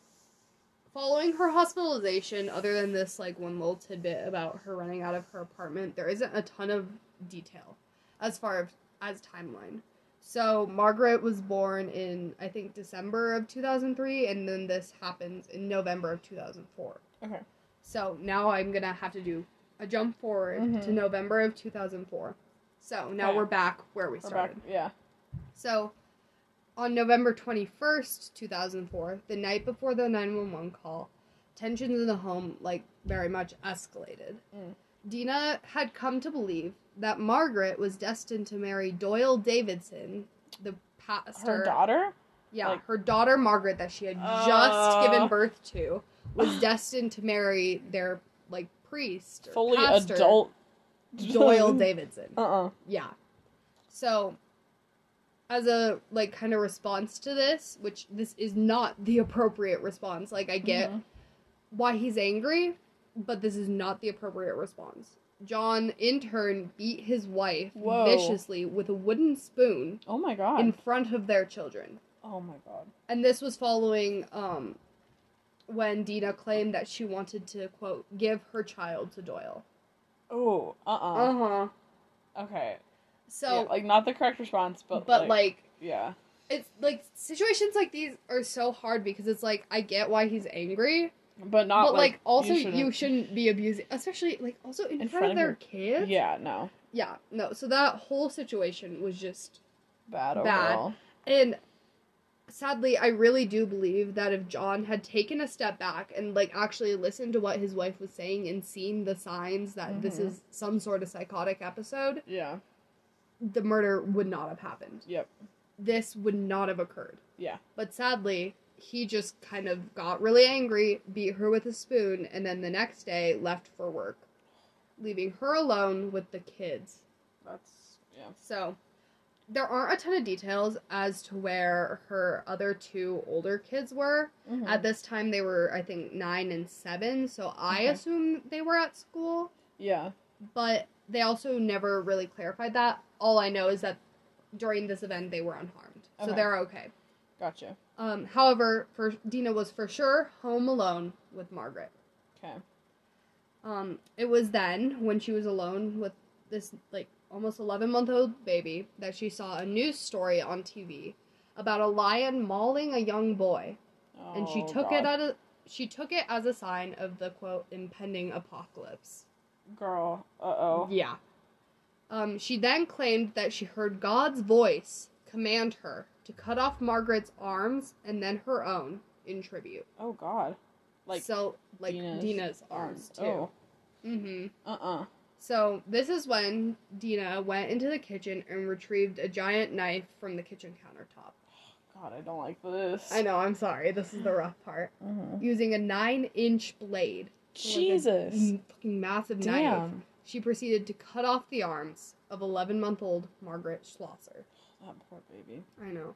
S1: following her hospitalization, other than this like one little tidbit about her running out of her apartment, there isn't a ton of detail as far as timeline. So, Margaret was born in I think December of 2003 and then this happens in November of 2004.
S2: Okay.
S1: So, now I'm going to have to do a jump forward to
S2: Mhm.
S1: November of 2004. So, now
S2: Okay.
S1: we're back where we
S2: We're back.
S1: started.
S2: Yeah.
S1: So, on November 21st, 2004, the night before the 911 call, tensions in the home, like, very much escalated.
S2: Mm.
S1: Dina had come to believe that Margaret was destined to marry Doyle Davidson, the pastor.
S2: Her daughter.
S1: Yeah,
S2: like-
S1: her daughter Margaret, that she had
S2: Oh.
S1: just given birth to, was destined to marry their, like, priest. Or
S2: Fully
S1: pastor,
S2: adult.
S1: Doyle Davidson.
S2: Uh uh
S1: Yeah. So, as a like kind of response to this, which this is not the appropriate response. Like I get
S2: Mhm.
S1: why he's angry, but this is not the appropriate response. John in turn beat his wife
S2: Whoa.
S1: viciously with a wooden spoon
S2: Oh my god.
S1: in front of their children.
S2: oh my god.
S1: And this was following um when Dina claimed that she wanted to quote give her child to Doyle.
S2: Oh. Uh uh
S1: Uh-huh.
S2: Okay.
S1: So
S2: Yeah, like not the correct response, but
S1: but like
S2: yeah.
S1: it's like situations like these are so hard because it's like I get why he's angry,
S2: But not
S1: but like,
S2: like
S1: also you
S2: shouldn't-
S1: shouldn't, be abusing, especially like also in, front, of their kids.
S2: Yeah. No.
S1: yeah, no. So that whole situation was just,
S2: Bad
S1: Bad.
S2: overall.
S1: and sadly, I really do believe that if John had taken a step back and like actually listened to what his wife was saying and seen the signs that this
S2: Mhm.
S1: is some sort of psychotic episode,
S2: Yeah.
S1: the murder would not have happened.
S2: Yep.
S1: This would not have occurred.
S2: Yeah.
S1: But sadly, he just kind of got really angry, beat her with a spoon, and then the next day left for work, leaving her alone with the kids.
S2: That's yeah.
S1: So, there aren't a ton of details as to where her other two older kids were.
S2: Hmm.
S1: At this time, they were, I think, nine and seven, so I
S2: Okay.
S1: assume they were at school,
S2: yeah.
S1: but they also never really clarified that. All I know is that during this event, they were unharmed, so
S2: Okay.
S1: they're okay.
S2: Gotcha.
S1: Um, however, for Dina was for sure home alone with Margaret.
S2: Okay.
S1: Um, it was then when she was alone with this like almost 11 month old baby that she saw a news story on TV about a lion mauling a young boy, and she
S2: Oh,
S1: took
S2: God.
S1: it at a, she took it as a sign of the quote impending apocalypse.
S2: Girl. Uh oh.
S1: Yeah. Um, she then claimed that she heard God's voice command her to cut off Margaret's arms and then her own in tribute.
S2: Oh God. Like
S1: so like
S2: Dina's
S1: Dina's, arms too.
S2: Oh.
S1: hmm
S2: Uh uh
S1: So this is when Dina went into the kitchen and retrieved a giant knife from the kitchen countertop.
S2: God, I don't like this.
S1: I know, I'm sorry. This is the rough part.
S2: Mhm.
S1: Using a nine-inch blade, with a
S2: Jesus.
S1: m- fucking massive knife,
S2: Damn.
S1: she proceeded to cut off the arms of 11-month-old Margaret Schlosser.
S2: That poor baby.
S1: I know.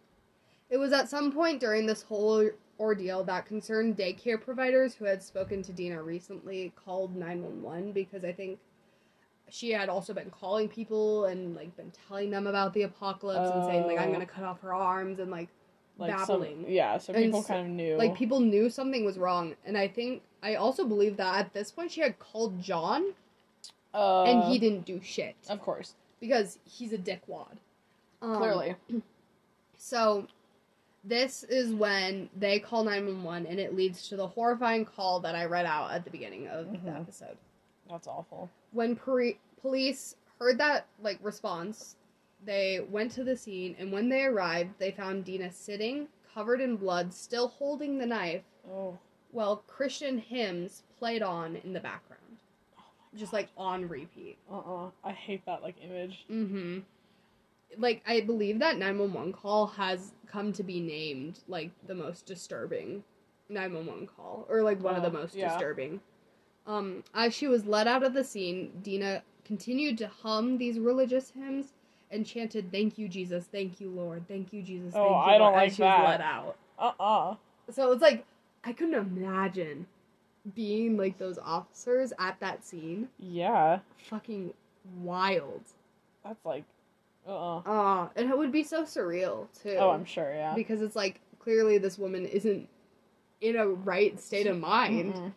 S1: It was at some point during this whole ordeal that concerned daycare providers who had spoken to Dina recently called 911 because I think she had also been calling people and like been telling them about the apocalypse and saying like I'm
S2: Oh.
S1: going to cut off her arms and like
S2: Like
S1: babbling.
S2: some. Yeah. So
S1: And
S2: people
S1: so-
S2: kind of knew.
S1: like people knew something was wrong and I think I also believe that at this point she had called John
S2: Uh,
S1: and he didn't do shit
S2: Of course.
S1: because he's a dickwad. Um,
S2: Clearly.
S1: So this is when they call 911 and it leads to the horrifying call that I read out at the beginning of the
S2: Mhm.
S1: episode.
S2: That's awful.
S1: When pre- police heard that like response, they went to the scene, and when they arrived, they found Dina sitting, covered in blood, still holding the knife,
S2: Oh.
S1: while Christian hymns played on in the background, just like on repeat.
S2: Uh uh I hate that like image.
S1: Mm-hmm. Like I believe that nine one one call has come to be named like the most disturbing nine one one call, or like one of the
S2: Oh,
S1: most
S2: yeah.
S1: disturbing. Um, as she was led out of the scene, Dina continued to hum these religious hymns and chanted "Thank you, Jesus, thank you, Lord, thank you, Jesus."
S2: Oh,
S1: thank you,
S2: I don't
S1: Lord,"
S2: like
S1: as she was
S2: that.
S1: let out.
S2: Uh uh
S1: So it's like I couldn't imagine being like those officers at that scene.
S2: Yeah.
S1: Fucking wild.
S2: That's like. Uh uh
S1: Ah, and it would be so surreal too.
S2: Oh, I'm sure. Yeah.
S1: because it's like clearly this woman isn't in a right state of mind.
S2: Mm-mm.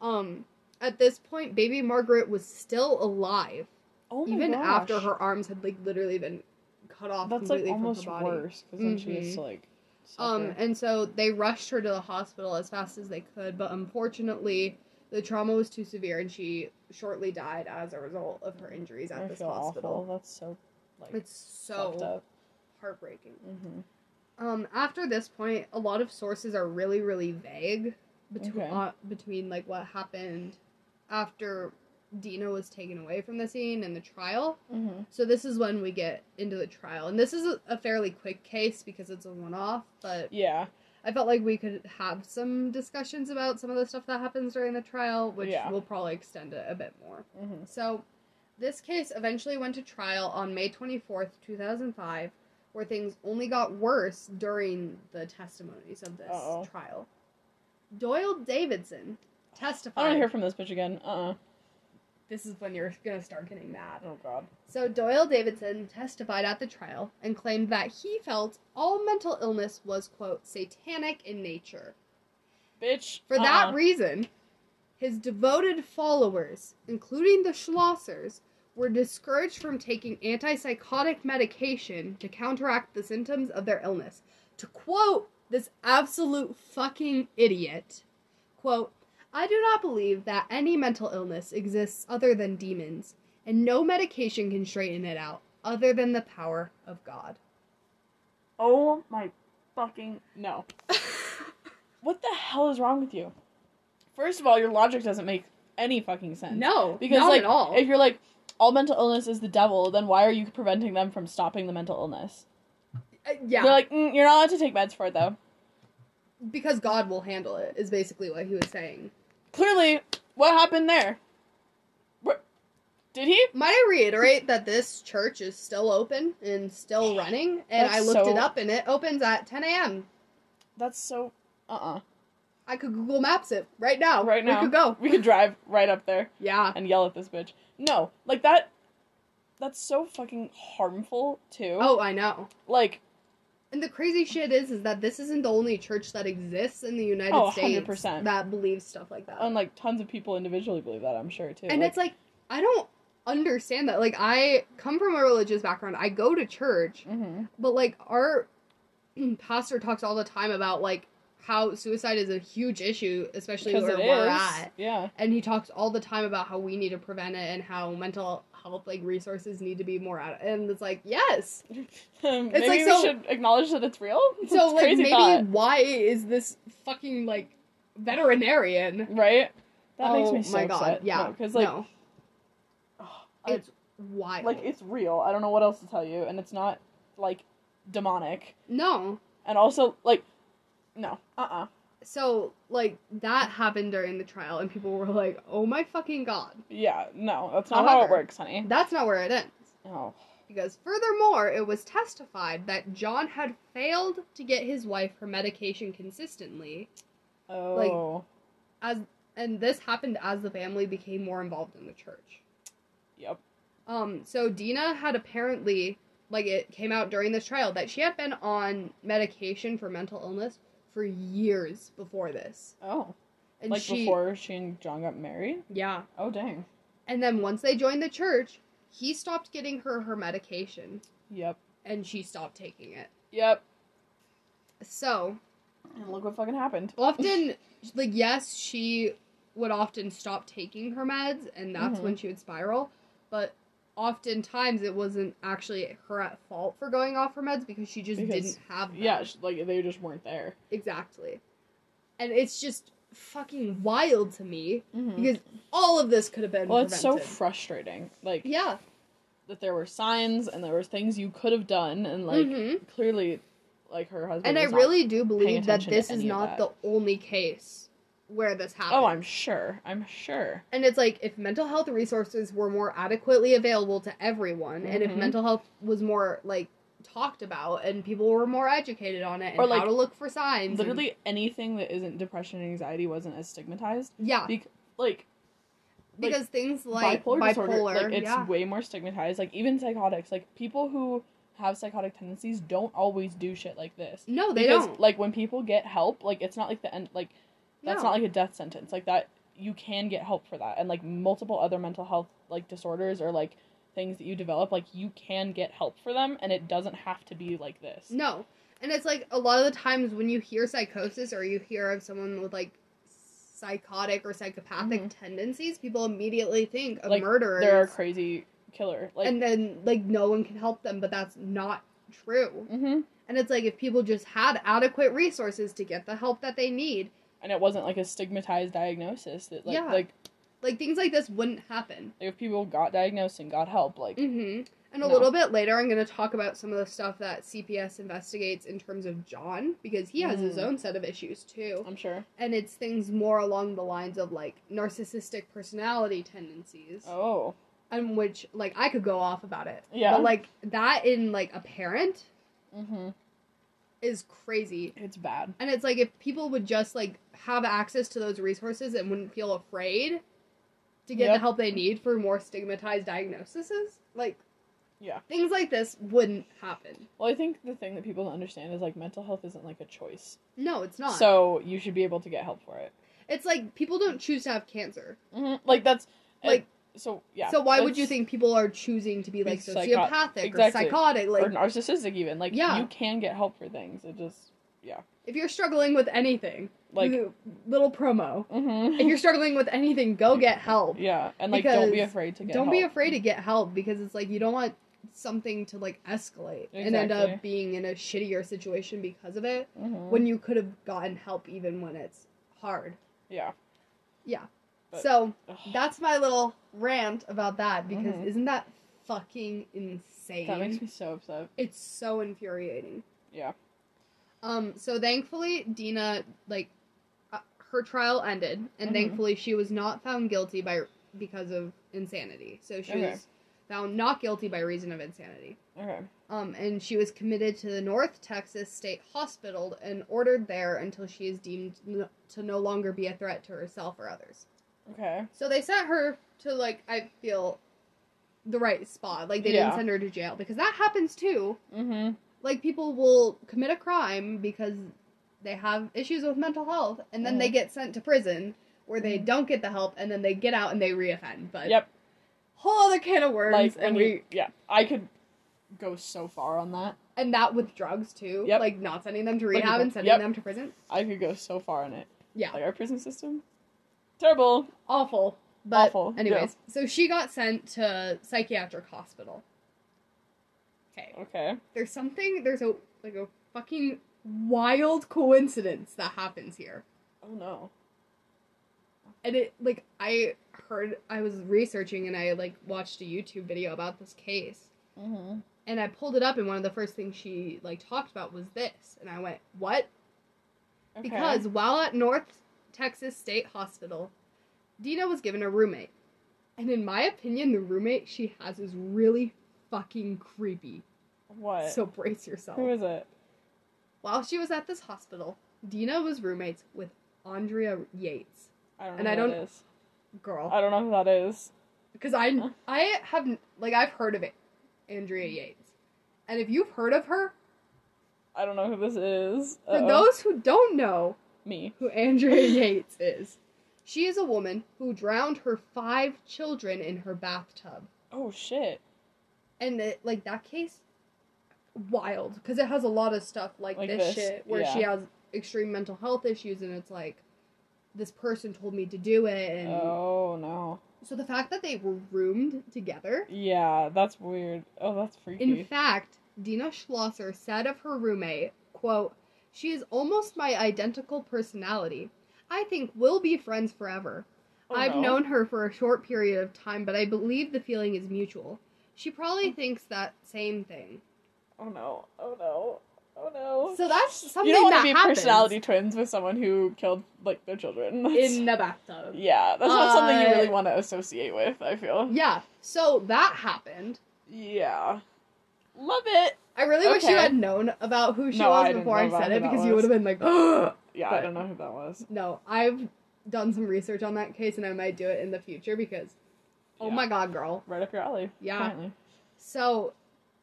S1: Um, at this point, baby Margaret was still alive,
S2: Oh my
S1: even
S2: gosh.
S1: after her arms had like literally been cut off
S2: That's like
S1: completely
S2: almost
S1: from her body.
S2: worse because then she
S1: Mhm.
S2: has to like.
S1: Um,
S2: suffer.
S1: and so they rushed her to the hospital as fast as they could, but unfortunately, the trauma was too severe, and she shortly died as a result of her injuries at
S2: I
S1: this
S2: feel
S1: hospital.
S2: awful. That's so like
S1: It's
S2: fucked
S1: so
S2: up.
S1: heartbreaking.
S2: hmm
S1: Um, after this point, a lot of sources are really, really vague between
S2: Okay.
S1: uh, between like what happened after Dina was taken away from the scene and the trial.
S2: hmm
S1: So this is when we get into the trial, and this is a, a fairly quick case because it's a one-off. But
S2: Yeah.
S1: I felt like we could have some discussions about some of the stuff that happens during the trial, which
S2: Yeah.
S1: will probably extend it a bit more.
S2: hmm
S1: So, this case eventually went to trial on May 24th, 2005, where things only got worse during the testimonies of this
S2: Uh-oh.
S1: trial. Doyle Davidson
S2: I don't
S1: testified.
S2: hear from this bitch again. Uh. uh
S1: this is when you're going to start getting mad.
S2: Oh God.
S1: So, Doyle Davidson testified at the trial and claimed that he felt all mental illness was, quote, satanic in nature.
S2: Bitch.
S1: For that
S2: uh-uh.
S1: reason, his devoted followers, including the Schlossers, were discouraged from taking antipsychotic medication to counteract the symptoms of their illness. To quote this absolute fucking idiot, quote, I do not believe that any mental illness exists other than demons, and no medication can straighten it out other than the power of God.
S2: Oh my fucking no. What the hell is wrong with you? First of all, your logic doesn't make any fucking sense.
S1: no,
S2: because
S1: not
S2: like
S1: at all.
S2: if you're like all mental illness is the devil, then why are you preventing them from stopping the mental illness?
S1: Uh, yeah,
S2: They're like, mm, you're not allowed to take meds for it though.
S1: because God will handle it is basically what he was saying.
S2: Clearly, what happened there? Where- Did he?
S1: Might I reiterate that this church is still open and still running? And I
S2: That's
S1: looked
S2: so-
S1: it up and it opens at 10 a.m.
S2: That's so. Uh uh
S1: uh-uh. I could Google Maps it right now.
S2: Right now.
S1: We could go.
S2: We could drive right up there
S1: Yeah.
S2: and yell at this bitch. No, like that. That's so fucking harmful too.
S1: Oh, I know.
S2: Like,
S1: And the crazy shit is, is that this isn't the only church that exists in the United
S2: Oh,
S1: States
S2: 100%.
S1: that believes stuff like that.
S2: and like tons of people individually believe that. I'm sure too.
S1: and
S2: Like,
S1: it's like, I don't understand that. Like, I come from a religious background. I go to church,
S2: mhm.
S1: but like our pastor talks all the time about like how suicide is a huge issue, especially
S2: because
S1: where
S2: it
S1: we're
S2: is.
S1: at.
S2: Yeah.
S1: and he talks all the time about how we need to prevent it and how mental health like resources need to be more out and it's like yes
S2: maybe
S1: like,
S2: we
S1: so-
S2: should acknowledge that it's real. It's
S1: so like
S2: crazy
S1: maybe
S2: thought,
S1: why is this fucking like veterinarian
S2: right? That
S1: oh
S2: makes me so
S1: my god
S2: upset.
S1: yeah
S2: because like,
S1: no,
S2: ugh, I-
S1: it's wild
S2: like it's real. I don't know what else to tell you, and it's not like demonic,
S1: no
S2: and also like, no, uh, uh
S1: so like that happened during the trial and people were like oh my fucking god
S2: yeah, no, that's not how it
S1: However-
S2: works, honey.
S1: that's not where it ends
S2: Oh,
S1: Because furthermore, it was testified that John had failed to get his wife her medication consistently,
S2: oh,
S1: and this happened as the family became more involved in the church.
S2: yep.
S1: Um, so Dina had apparently, like, it came out during this trial that she had been on medication for mental illness for years before this,
S2: Oh,
S1: and
S2: like
S1: she,
S2: before she and John got married.
S1: yeah.
S2: Oh, dang.
S1: And then once they joined the church, he stopped getting her her medication,
S2: Yep.
S1: and she stopped taking it.
S2: Yep.
S1: So
S2: And look what fucking happened.
S1: often like yes she would often stop taking her meds and that's
S2: Mhm.
S1: when she would spiral but oftentimes it wasn't actually her at fault for going off her meds because she just
S2: Because-
S1: didn't have them.
S2: Yeah, sh- like they just weren't there.
S1: Exactly. And it's just fucking wild to me
S2: Mm-hmm.
S1: because all of this could have been
S2: Well, it's so
S1: prevented.
S2: frustrating. Like
S1: yeah.
S2: that there were signs and there were things you could have done, and like
S1: hmm
S2: clearly, like her husband.
S1: And I
S2: was not-
S1: really do believe that
S2: attention to
S1: this is
S2: any of
S1: not the
S2: that.
S1: only case where this happened.
S2: Oh, I'm sure. I'm sure.
S1: And it's like if mental health resources were more adequately available to everyone, and if
S2: Mhm.
S1: mental health was more like talked about and people were more educated on it and
S2: Or, like,
S1: how to look for signs, and-
S2: Literally anything that isn't depression and anxiety wasn't as stigmatized.
S1: yeah,
S2: Bec- like like,
S1: because things like bipolar,
S2: bipolar, disorder, like, it's
S1: yeah,
S2: way more stigmatized. Like even psychotics, like people who have psychotic tendencies don't always do shit like this.
S1: no, they
S2: Because,
S1: don't.
S2: Like when people get help, like it's not like the end. Like that's
S1: No.
S2: not like a death sentence. Like that you can get help for that, and like multiple other mental health like disorders or like things that you develop, like you can get help for them, and it doesn't have to be like this.
S1: No. And it's like a lot of the times when you hear psychosis or you hear of someone with like psychotic or psychopathic tendencies, people immediately think of
S2: Mm-hmm. Like,
S1: murderers.
S2: They're a crazy killer. Like
S1: and then like no one can help them, but that's not true.
S2: hmm
S1: And it's like if people just had adequate resources to get the help that they need,
S2: and it wasn't like a stigmatized diagnosis that like
S1: Yeah.
S2: like
S1: like things like this wouldn't happen.
S2: if people got diagnosed and got help, like
S1: hmm And a
S2: Mm-hmm. No.
S1: little bit later, I'm going to talk about some of the stuff that CPS investigates in terms of John because he has his
S2: Mm.
S1: own set of issues too.
S2: I'm sure.
S1: and it's things more along the lines of like narcissistic personality tendencies
S2: Oh,
S1: and which like i could go off about it
S2: Yeah.
S1: but like that in like a parent
S2: hmm
S1: is crazy
S2: it's bad.
S1: and it's like if people would just like have access to those resources and wouldn't feel afraid to get the
S2: Yep.
S1: help they need for more stigmatized diagnoses like
S2: Yeah.
S1: things like this wouldn't happen
S2: Well, I think the thing that people don't understand is like mental health isn't like a choice.
S1: no it's not
S2: So you should be able to get help for it.
S1: it's like people don't choose to have cancer
S2: hmm Like that's
S1: Mm-hmm. Like-
S2: like so yeah.
S1: so why would
S2: that's-
S1: you think people are choosing to be like
S2: psycho-
S1: sociopathic or
S2: exactly.
S1: psychotic like
S2: or narcissistic even like
S1: Yeah.
S2: you can get help for things. It just
S1: if you're struggling with anything,
S2: like
S1: you- little promo. If
S2: mhm.
S1: you're struggling with anything, go get help.
S2: yeah, and like don't be
S1: because
S2: afraid to get
S1: don't
S2: help.
S1: be afraid to get help because it's like you don't want something to like escalate and end
S2: Exactly.
S1: up being in a shittier situation because of it
S2: Mhm.
S1: when you could have gotten help even when it's hard.
S2: yeah.
S1: Yeah.
S2: But-
S1: so
S2: Ugh.
S1: that's my little rant about that because
S2: Mhm.
S1: isn't that fucking insane?
S2: That makes me so upset.
S1: It's so infuriating.
S2: Yeah.
S1: Um. So thankfully, Dina like uh, her trial ended, and
S2: Mhm.
S1: thankfully she was not found guilty by because of insanity. So she
S2: Okay.
S1: was found not guilty by reason of insanity.
S2: Okay.
S1: Um, and she was committed to the North Texas State Hospital and ordered there until she is deemed n- to no longer be a threat to herself or others.
S2: Okay.
S1: So they sent her to like I feel the right spot. Like they
S2: Yeah.
S1: didn't send her to jail because that happens too Mm-hmm.
S2: Mhm.
S1: like people will commit a crime because they have issues with mental health and then they
S2: Mm.
S1: get sent to prison where they
S2: Mhm.
S1: don't get the help and then they get out and they reoffend but
S2: Yep.
S1: whole other can of worms
S2: Like
S1: and
S2: when
S1: we
S2: you yeah, I could go so far on that.
S1: and that with drugs too
S2: Yep.
S1: like not sending them to
S2: Like,
S1: rehab and sending
S2: yep.
S1: them to prison
S2: I could go so far on it.
S1: yeah
S2: Like our prison system, terrible.
S1: awful but
S2: Awful, yeah.
S1: anyways so she got sent to psychiatric hospital okay
S2: Okay.
S1: there's something there's a like a fucking wild coincidence that happens here
S2: Oh no.
S1: and it like i heard i was researching and i like watched a youtube video about this case
S2: Mm-hmm.
S1: and i pulled it up and one of the first things she like talked about was this and i went what because while at north texas state hospital dina was given a roommate and in my opinion the roommate she has is really fucking creepy
S2: what?
S1: so brace yourself
S2: Who is it?
S1: while she was at this hospital dina was roommates with andrea yates
S2: I don't know.
S1: And
S2: who
S1: I
S2: That
S1: don't-
S2: is.
S1: girl
S2: I don't know who that is.
S1: because I
S2: Huh? Mm.
S1: I have like I've heard of it, Andrea Yates, and if you've heard of her,
S2: I don't know who this is.
S1: for
S2: Uh-oh.
S1: those who don't know
S2: me.
S1: who Andrea Yates is, she is a woman who drowned her five children in her bathtub,
S2: Oh shit.
S1: and it, like that case, wild because it has a lot of stuff like,
S2: Like
S1: this,
S2: this,
S1: shit where she
S2: yeah.
S1: has extreme mental health issues, and it's like this person told me to do it and
S2: Oh no.
S1: so the fact that they were roomed together
S2: Yeah, that's weird. Oh, that's
S1: in
S2: freaky.
S1: fact dina schlosser said of her roommate quote she is almost my identical personality i think we'll be friends forever
S2: Oh,
S1: I've
S2: no.
S1: known her for a short period of time, but I believe the feeling is mutual. She probably thinks that same thing.
S2: Oh no. Oh no. Oh no.
S1: So that's something
S2: you don't want
S1: that
S2: to be
S1: happens
S2: personality twins with someone who killed like their children. That's-
S1: in the bathtub.
S2: yeah, that's not something you
S1: Uh,
S2: really want to associate with. I feel.
S1: Yeah. So that happened.
S2: Yeah. Love it.
S1: I really wish you
S2: Okay.
S1: had known about who she
S2: No, I
S1: was
S2: didn't
S1: before
S2: know
S1: I
S2: about
S1: said
S2: who
S1: it
S2: that
S1: because you
S2: was.
S1: would have been like, "Oh, Ugh.
S2: Yeah, I
S1: But-
S2: don't know who that was.
S1: no, I've done some research on that case and I might do it in the future because, oh
S2: Yeah.
S1: my god, girl.
S2: Right up your alley.
S1: Yeah.
S2: apparently.
S1: So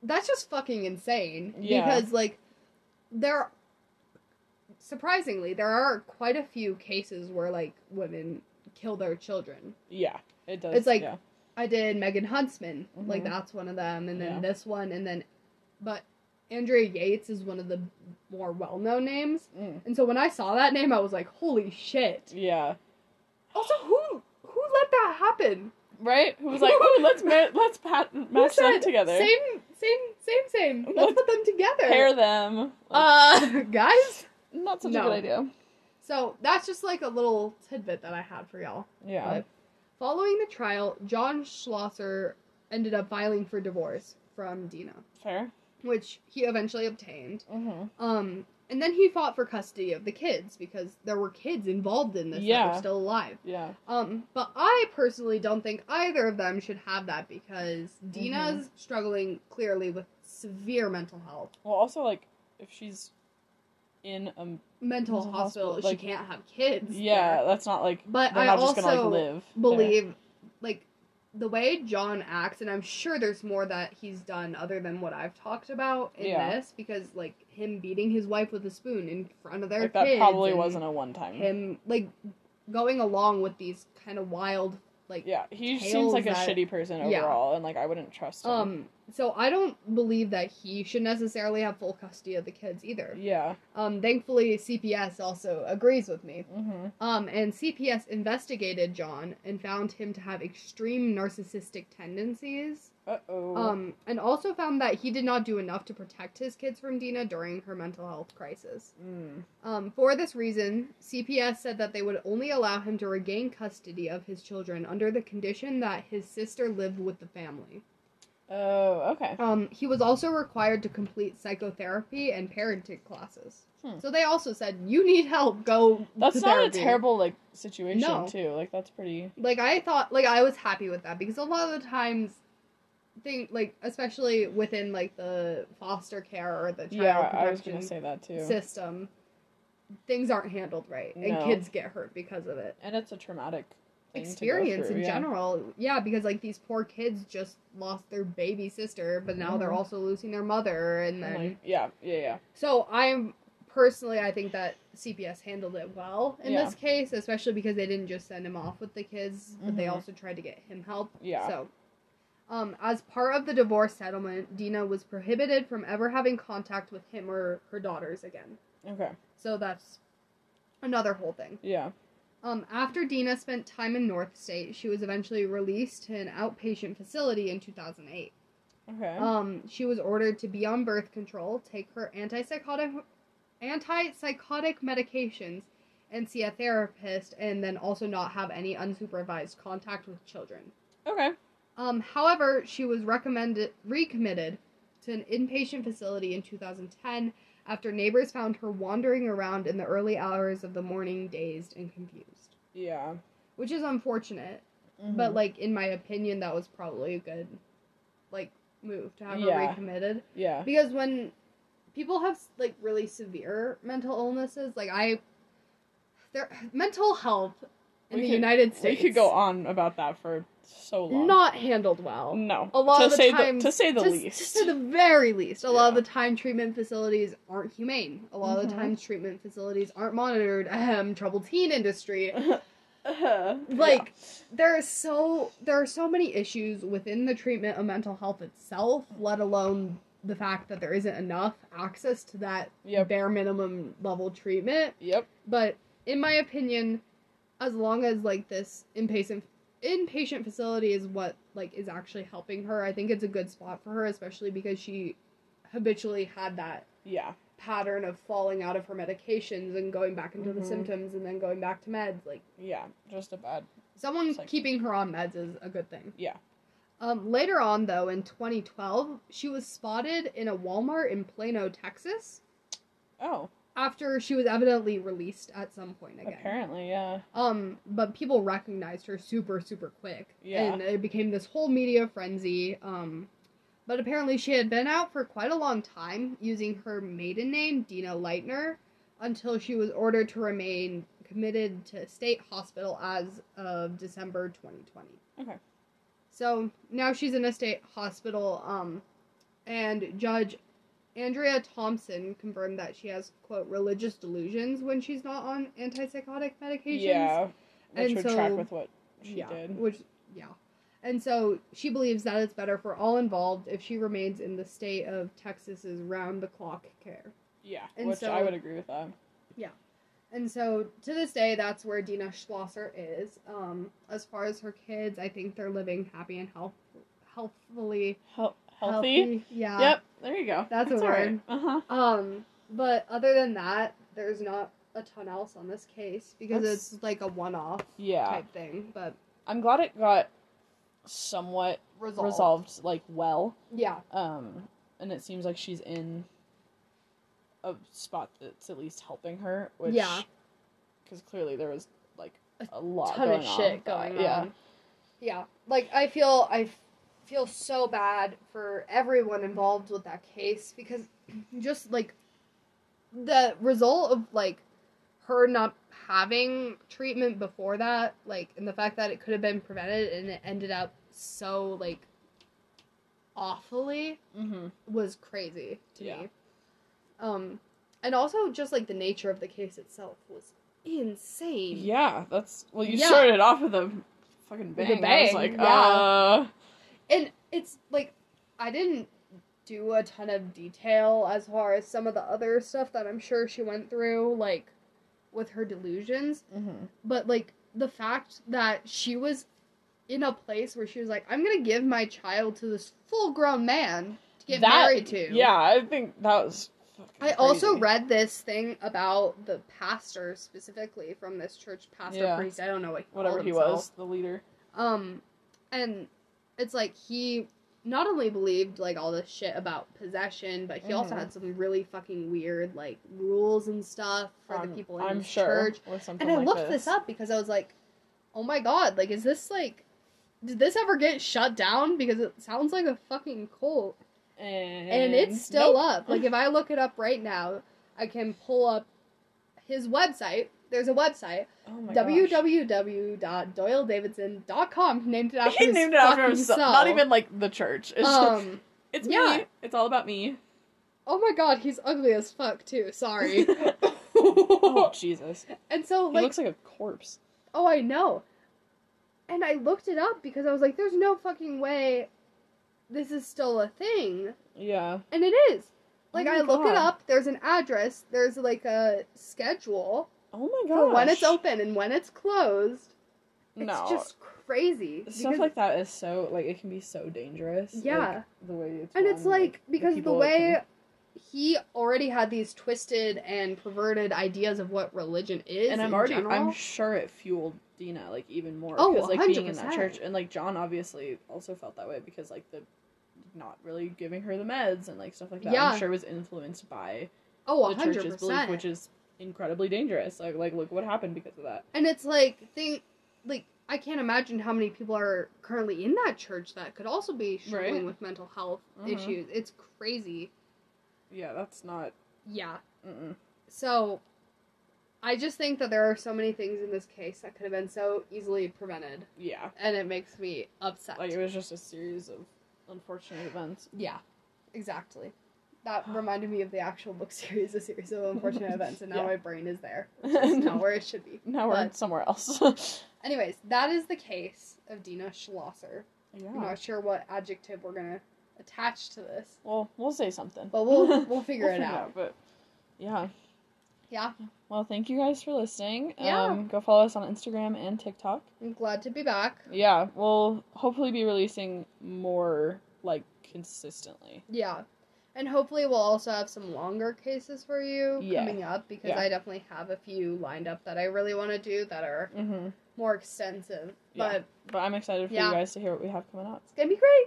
S1: that's just fucking insane.
S2: Yeah.
S1: Because like there surprisingly, there are quite a few cases where like women kill their children.
S2: Yeah. It does.
S1: It's like-
S2: yeah.
S1: I did Megan Huntsman, like
S2: Mhm.
S1: that's one of them, and then
S2: Yeah.
S1: this one and then but Andrea Yates is one of the more well known names.
S2: Mm.
S1: And so when I saw that name I was like, Holy shit.
S2: yeah.
S1: Also who who let that happen?
S2: Right? Who was like, "Ooh, let's ma- let's pat-
S1: Who
S2: match them
S1: said,
S2: together,
S1: Same same same same. Let's
S2: Let's
S1: put them together.
S2: pair them." Like,
S1: uh guys
S2: not such
S1: no.
S2: a good idea.
S1: So that's just like a little tidbit that I had for y'all.
S2: Yeah.
S1: But following the trial, John Schlosser ended up filing for divorce from Dina,
S2: Fair.
S1: which he eventually obtained.
S2: Mm-hmm.
S1: Um, and then he fought for custody of the kids because there were kids involved in this that
S2: Yeah.
S1: were still alive.
S2: Yeah.
S1: Um, but I personally don't think either of them should have that because
S2: Mm-hmm.
S1: Dina's struggling clearly with severe mental health,
S2: Well, also like if she's in a
S1: mental,
S2: Mental
S1: hospital.
S2: hospital,
S1: she
S2: like-
S1: can't have kids.
S2: yeah,
S1: there.
S2: that's not like
S1: But
S2: they're
S1: I
S2: not just gonna like
S1: also
S2: live. there.
S1: believe like the way John acts, and I'm sure there's more that he's done other than what I've talked about in
S2: Yeah.
S1: this, because like him beating his wife with a spoon in front of their
S2: like, that
S1: kids
S2: probably
S1: and
S2: wasn't a one time.
S1: him like going along with these kind of wild like
S2: Yeah, he
S1: tales
S2: seems like a
S1: that-
S2: shitty person
S1: Yeah.
S2: overall, and like I wouldn't trust him.
S1: um so I don't believe that he should necessarily have full custody of the kids either.
S2: yeah.
S1: Um thankfully CPS also agrees with me.
S2: hmm
S1: Um, and CPS investigated John and found him to have extreme narcissistic tendencies.
S2: Uh oh.
S1: Um, and also found that he did not do enough to protect his kids from Dina during her mental health crisis.
S2: Mm.
S1: Um, for this reason, CPS said that they would only allow him to regain custody of his children under the condition that his sister lived with the family.
S2: Oh, okay.
S1: Um, he was also required to complete psychotherapy and parenting classes.
S2: Hmm.
S1: So they also said, "You need help. Go."
S2: That's
S1: to
S2: not
S1: therapy."
S2: a terrible like situation
S1: No.
S2: too. Like that's pretty.
S1: like I thought like I was happy with that because a lot of the times thing like especially within like the foster care or the child
S2: Yeah, I was
S1: protection
S2: gonna say that too.
S1: system things aren't handled right and
S2: No.
S1: kids get hurt because of it.
S2: and it's a traumatic thing to go
S1: Experience
S2: through,
S1: in
S2: yeah.
S1: general. Yeah, because like these poor kids just lost their baby sister, but now they're
S2: Mhm.
S1: also losing their mother and then
S2: And, like, yeah, yeah, yeah.
S1: so I'm personally, I think that CPS handled it well in
S2: Yeah.
S1: this case, especially because they didn't just send him off with the kids, but they
S2: Mhm.
S1: also tried to get him help.
S2: Yeah.
S1: So, um, as part of the divorce settlement, Dina was prohibited from ever having contact with him or her daughters again.
S2: Okay.
S1: So that's another whole thing.
S2: Yeah.
S1: Um, after Dina spent time in North State, she was eventually released to an outpatient facility in 2008.
S2: Okay.
S1: Um, she was ordered to be on birth control, take her antipsychotic antipsychotic medications, and see a therapist, and then also not have any unsupervised contact with children.
S2: okay.
S1: Um, however, she was recommended recommitted to an inpatient facility in 2010 after neighbors found her wandering around in the early hours of the morning, dazed and confused,
S2: Yeah.
S1: which is unfortunate.
S2: Mhm.
S1: But like in my opinion, that was probably a good like move to have her
S2: Yeah.
S1: recommitted.
S2: yeah.
S1: Because when people have like really severe mental illnesses, like I, their mental health in
S2: We
S1: the
S2: could-
S1: United States,
S2: We could go on about that for so long.
S1: not handled well.
S2: no.
S1: a lot
S2: Mm. to
S1: of the
S2: say
S1: times-
S2: to say the
S1: Just-
S2: least.
S1: just to the very least, a lot of
S2: Yeah.
S1: the time treatment facilities aren't humane. A lot of the
S2: Mhm.
S1: times treatment facilities aren't monitored. Ahem, troubled teen industry.
S2: Uh-huh.
S1: Like there is so there are so many issues within the treatment of mental health itself, let alone the fact that there isn't enough access to that
S2: Yeah. yep,
S1: bare minimum level treatment.
S2: yep,
S1: But in my opinion, as long as like this inpatient inpatient facility is what like is actually helping her, I think it's a good spot for her, especially because she habitually had that
S2: Yeah.
S1: pattern of falling out of her medications and going back into
S2: Mhm.
S1: the symptoms and then going back to meds. Like
S2: Yeah. Just a bad.
S1: someone
S2: It's like-
S1: keeping her on meds is a good thing.
S2: Yeah.
S1: Um, later on, though, in 2012, she was spotted in a Walmart in Plano, Texas,
S2: Oh,
S1: after she was evidently released at some point again.
S2: apparently, yeah.
S1: Um, but people recognized her super, super quick.
S2: Yeah.
S1: And it became this whole media frenzy. Um, but apparently she had been out for quite a long time using her maiden name, Dina Leitner, until she was ordered to remain committed to state hospital as of December 2020.
S2: Okay.
S1: So now she's in a state hospital, um, and Judge Andrea Thompson confirmed that she has, quote, religious delusions when she's not on antipsychotic medications.
S2: Yeah. Which
S1: And
S2: would track
S1: so-
S2: with what she
S1: yeah,
S2: did.
S1: Which, yeah. And so she believes that it's better for all involved if she remains in the state of Texas's round the clock care.
S2: Yeah.
S1: and
S2: Which
S1: so-
S2: I would agree with that.
S1: And so to this day, that's where Dina Schlosser is. Um, as far as her kids, I think they're living happy and health, healthfully
S2: Hel- healthy?
S1: Yeah.
S2: Yep. There you go.
S1: That's a word.
S2: Uh huh.
S1: Um, but other than that, there's not a ton else on this case because
S2: That's-
S1: it's like a one-off
S2: Yeah.
S1: type thing. But
S2: I'm glad it got somewhat
S1: resolved.
S2: resolved, like well.
S1: Yeah.
S2: Um, and it seems like she's in a spot that's at least helping her, which
S1: Yeah.
S2: because clearly there was like a lot
S1: ton
S2: going
S1: of
S2: on
S1: shit
S2: with that,
S1: going
S2: Yeah.
S1: on. Yeah. Like I feel I f- feel so bad for everyone involved with that case because just like the result of like her not having treatment before that, like and the fact that it could have been prevented and it ended up so like awfully
S2: Mm-hmm.
S1: was crazy to
S2: Yeah.
S1: me. Um and also just like the nature of the case itself was insane.
S2: Yeah, that's well. You
S1: Yeah.
S2: started off with a
S1: With
S2: fucking bang.
S1: a
S2: I was
S1: bang,
S2: like,
S1: yeah.
S2: uh,
S1: And it's like I didn't do a ton of detail as far as some of the other stuff that I'm sure she went through, like with her delusions. But like the fact that she was in a place where she was like, I'm gonna give my child to this full grown man to get
S2: That-
S1: married to.
S2: Yeah, I think that was. fucking
S1: I also
S2: crazy.
S1: read this thing about the pastor specifically from this church, pastor
S2: Yeah.
S1: priest, I don't know what he
S2: whatever
S1: called
S2: he
S1: himself.
S2: was, the leader.
S1: Um, and it's like he not only believed like all this shit about possession, but he also
S2: Mhm.
S1: had some really fucking weird like rules and stuff for
S2: I'm-
S1: the people in
S2: I'm
S1: his
S2: sure
S1: church.
S2: with something
S1: And I
S2: like
S1: looked this. up because I was like, oh my god, like is this like did this ever get shut down? Because it sounds like a fucking cult.
S2: and,
S1: And, it's still
S2: Nope.
S1: up. Like if I look it up right now, I can pull up his website. There's a website
S2: Oh my gosh.
S1: www.doyledavidson.com named it after
S2: He
S1: his
S2: named it after
S1: fucking
S2: himself.
S1: self.
S2: Not even like the church. It's just,
S1: um
S2: it's
S1: yeah.
S2: me. It's all about me.
S1: oh my god he's ugly as fuck too sorry
S2: Oh Jesus!
S1: and so
S2: He
S1: like
S2: looks like a corpse.
S1: oh i know and i looked it up because i was like there's no fucking way this is still a thing
S2: Yeah.
S1: and it is like
S2: Oh my
S1: i look
S2: God.
S1: it up there's an address there's like a schedule
S2: Oh my god.
S1: for when it's open and when it's closed it's
S2: no.
S1: just crazy
S2: Stuff
S1: because-
S2: like that is so like it can be so dangerous. like,
S1: Yeah.
S2: the way it's
S1: And it's
S2: run,
S1: like because the,
S2: people that
S1: way he already had these twisted and perverted ideas of what religion is.
S2: can- and I'm
S1: in
S2: already I'm
S1: general.
S2: sure it fueled Dina like even more
S1: Oh,
S2: because like being in that
S1: 100%.
S2: church and like John obviously also felt that way because like the not really giving her the meds and like stuff like that.
S1: Yeah.
S2: I'm sure was influenced by
S1: oh,
S2: the church's
S1: 100
S2: belief,
S1: percent.
S2: which is incredibly dangerous. Like like look what happened because of that.
S1: and it's like thing, like I can't imagine how many people are currently in that church that could also be struggling
S2: Right.
S1: with mental health
S2: Mhm.
S1: issues. It's crazy.
S2: Yeah, that's not.
S1: Yeah.
S2: Mm-mm.
S1: So, I just think that there are so many things in this case that could have been so easily prevented,
S2: Yeah,
S1: and it makes me upset.
S2: like it was just a series of unfortunate events.
S1: Yeah, exactly. That reminded me of the actual book series, a series of unfortunate events, and now
S2: Yeah.
S1: my brain is there. It's not
S2: now
S1: where it should be.
S2: now we're
S1: but-
S2: somewhere else.
S1: Anyways, that is the case of Dina Schlosser. I'm
S2: yeah.
S1: not sure what adjective we're gonna attach to this,
S2: Well, we'll say something.
S1: but we'll we'll figure it out.
S2: But yeah,
S1: Yeah,
S2: Well, thank you guys for listening.
S1: Yeah.
S2: Um, go follow us on Instagram and TikTok.
S1: I'm glad to be back.
S2: Yeah, we'll hopefully be releasing more like consistently.
S1: Yeah. And hopefully we'll also have some longer cases for you
S2: Yeah.
S1: coming up because
S2: Yeah.
S1: I definitely have a few lined up that I really want to do that are
S2: Mm-hmm.
S1: more extensive.
S2: Yeah.
S1: But
S2: But I'm excited for
S1: Yeah.
S2: you guys to hear what we have coming up.
S1: it's gonna be great.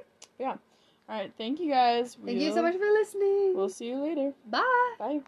S2: All right, thank you guys.
S1: Thank you so
S2: We'll-
S1: much for listening.
S2: We'll see you later.
S1: Bye.
S2: Bye.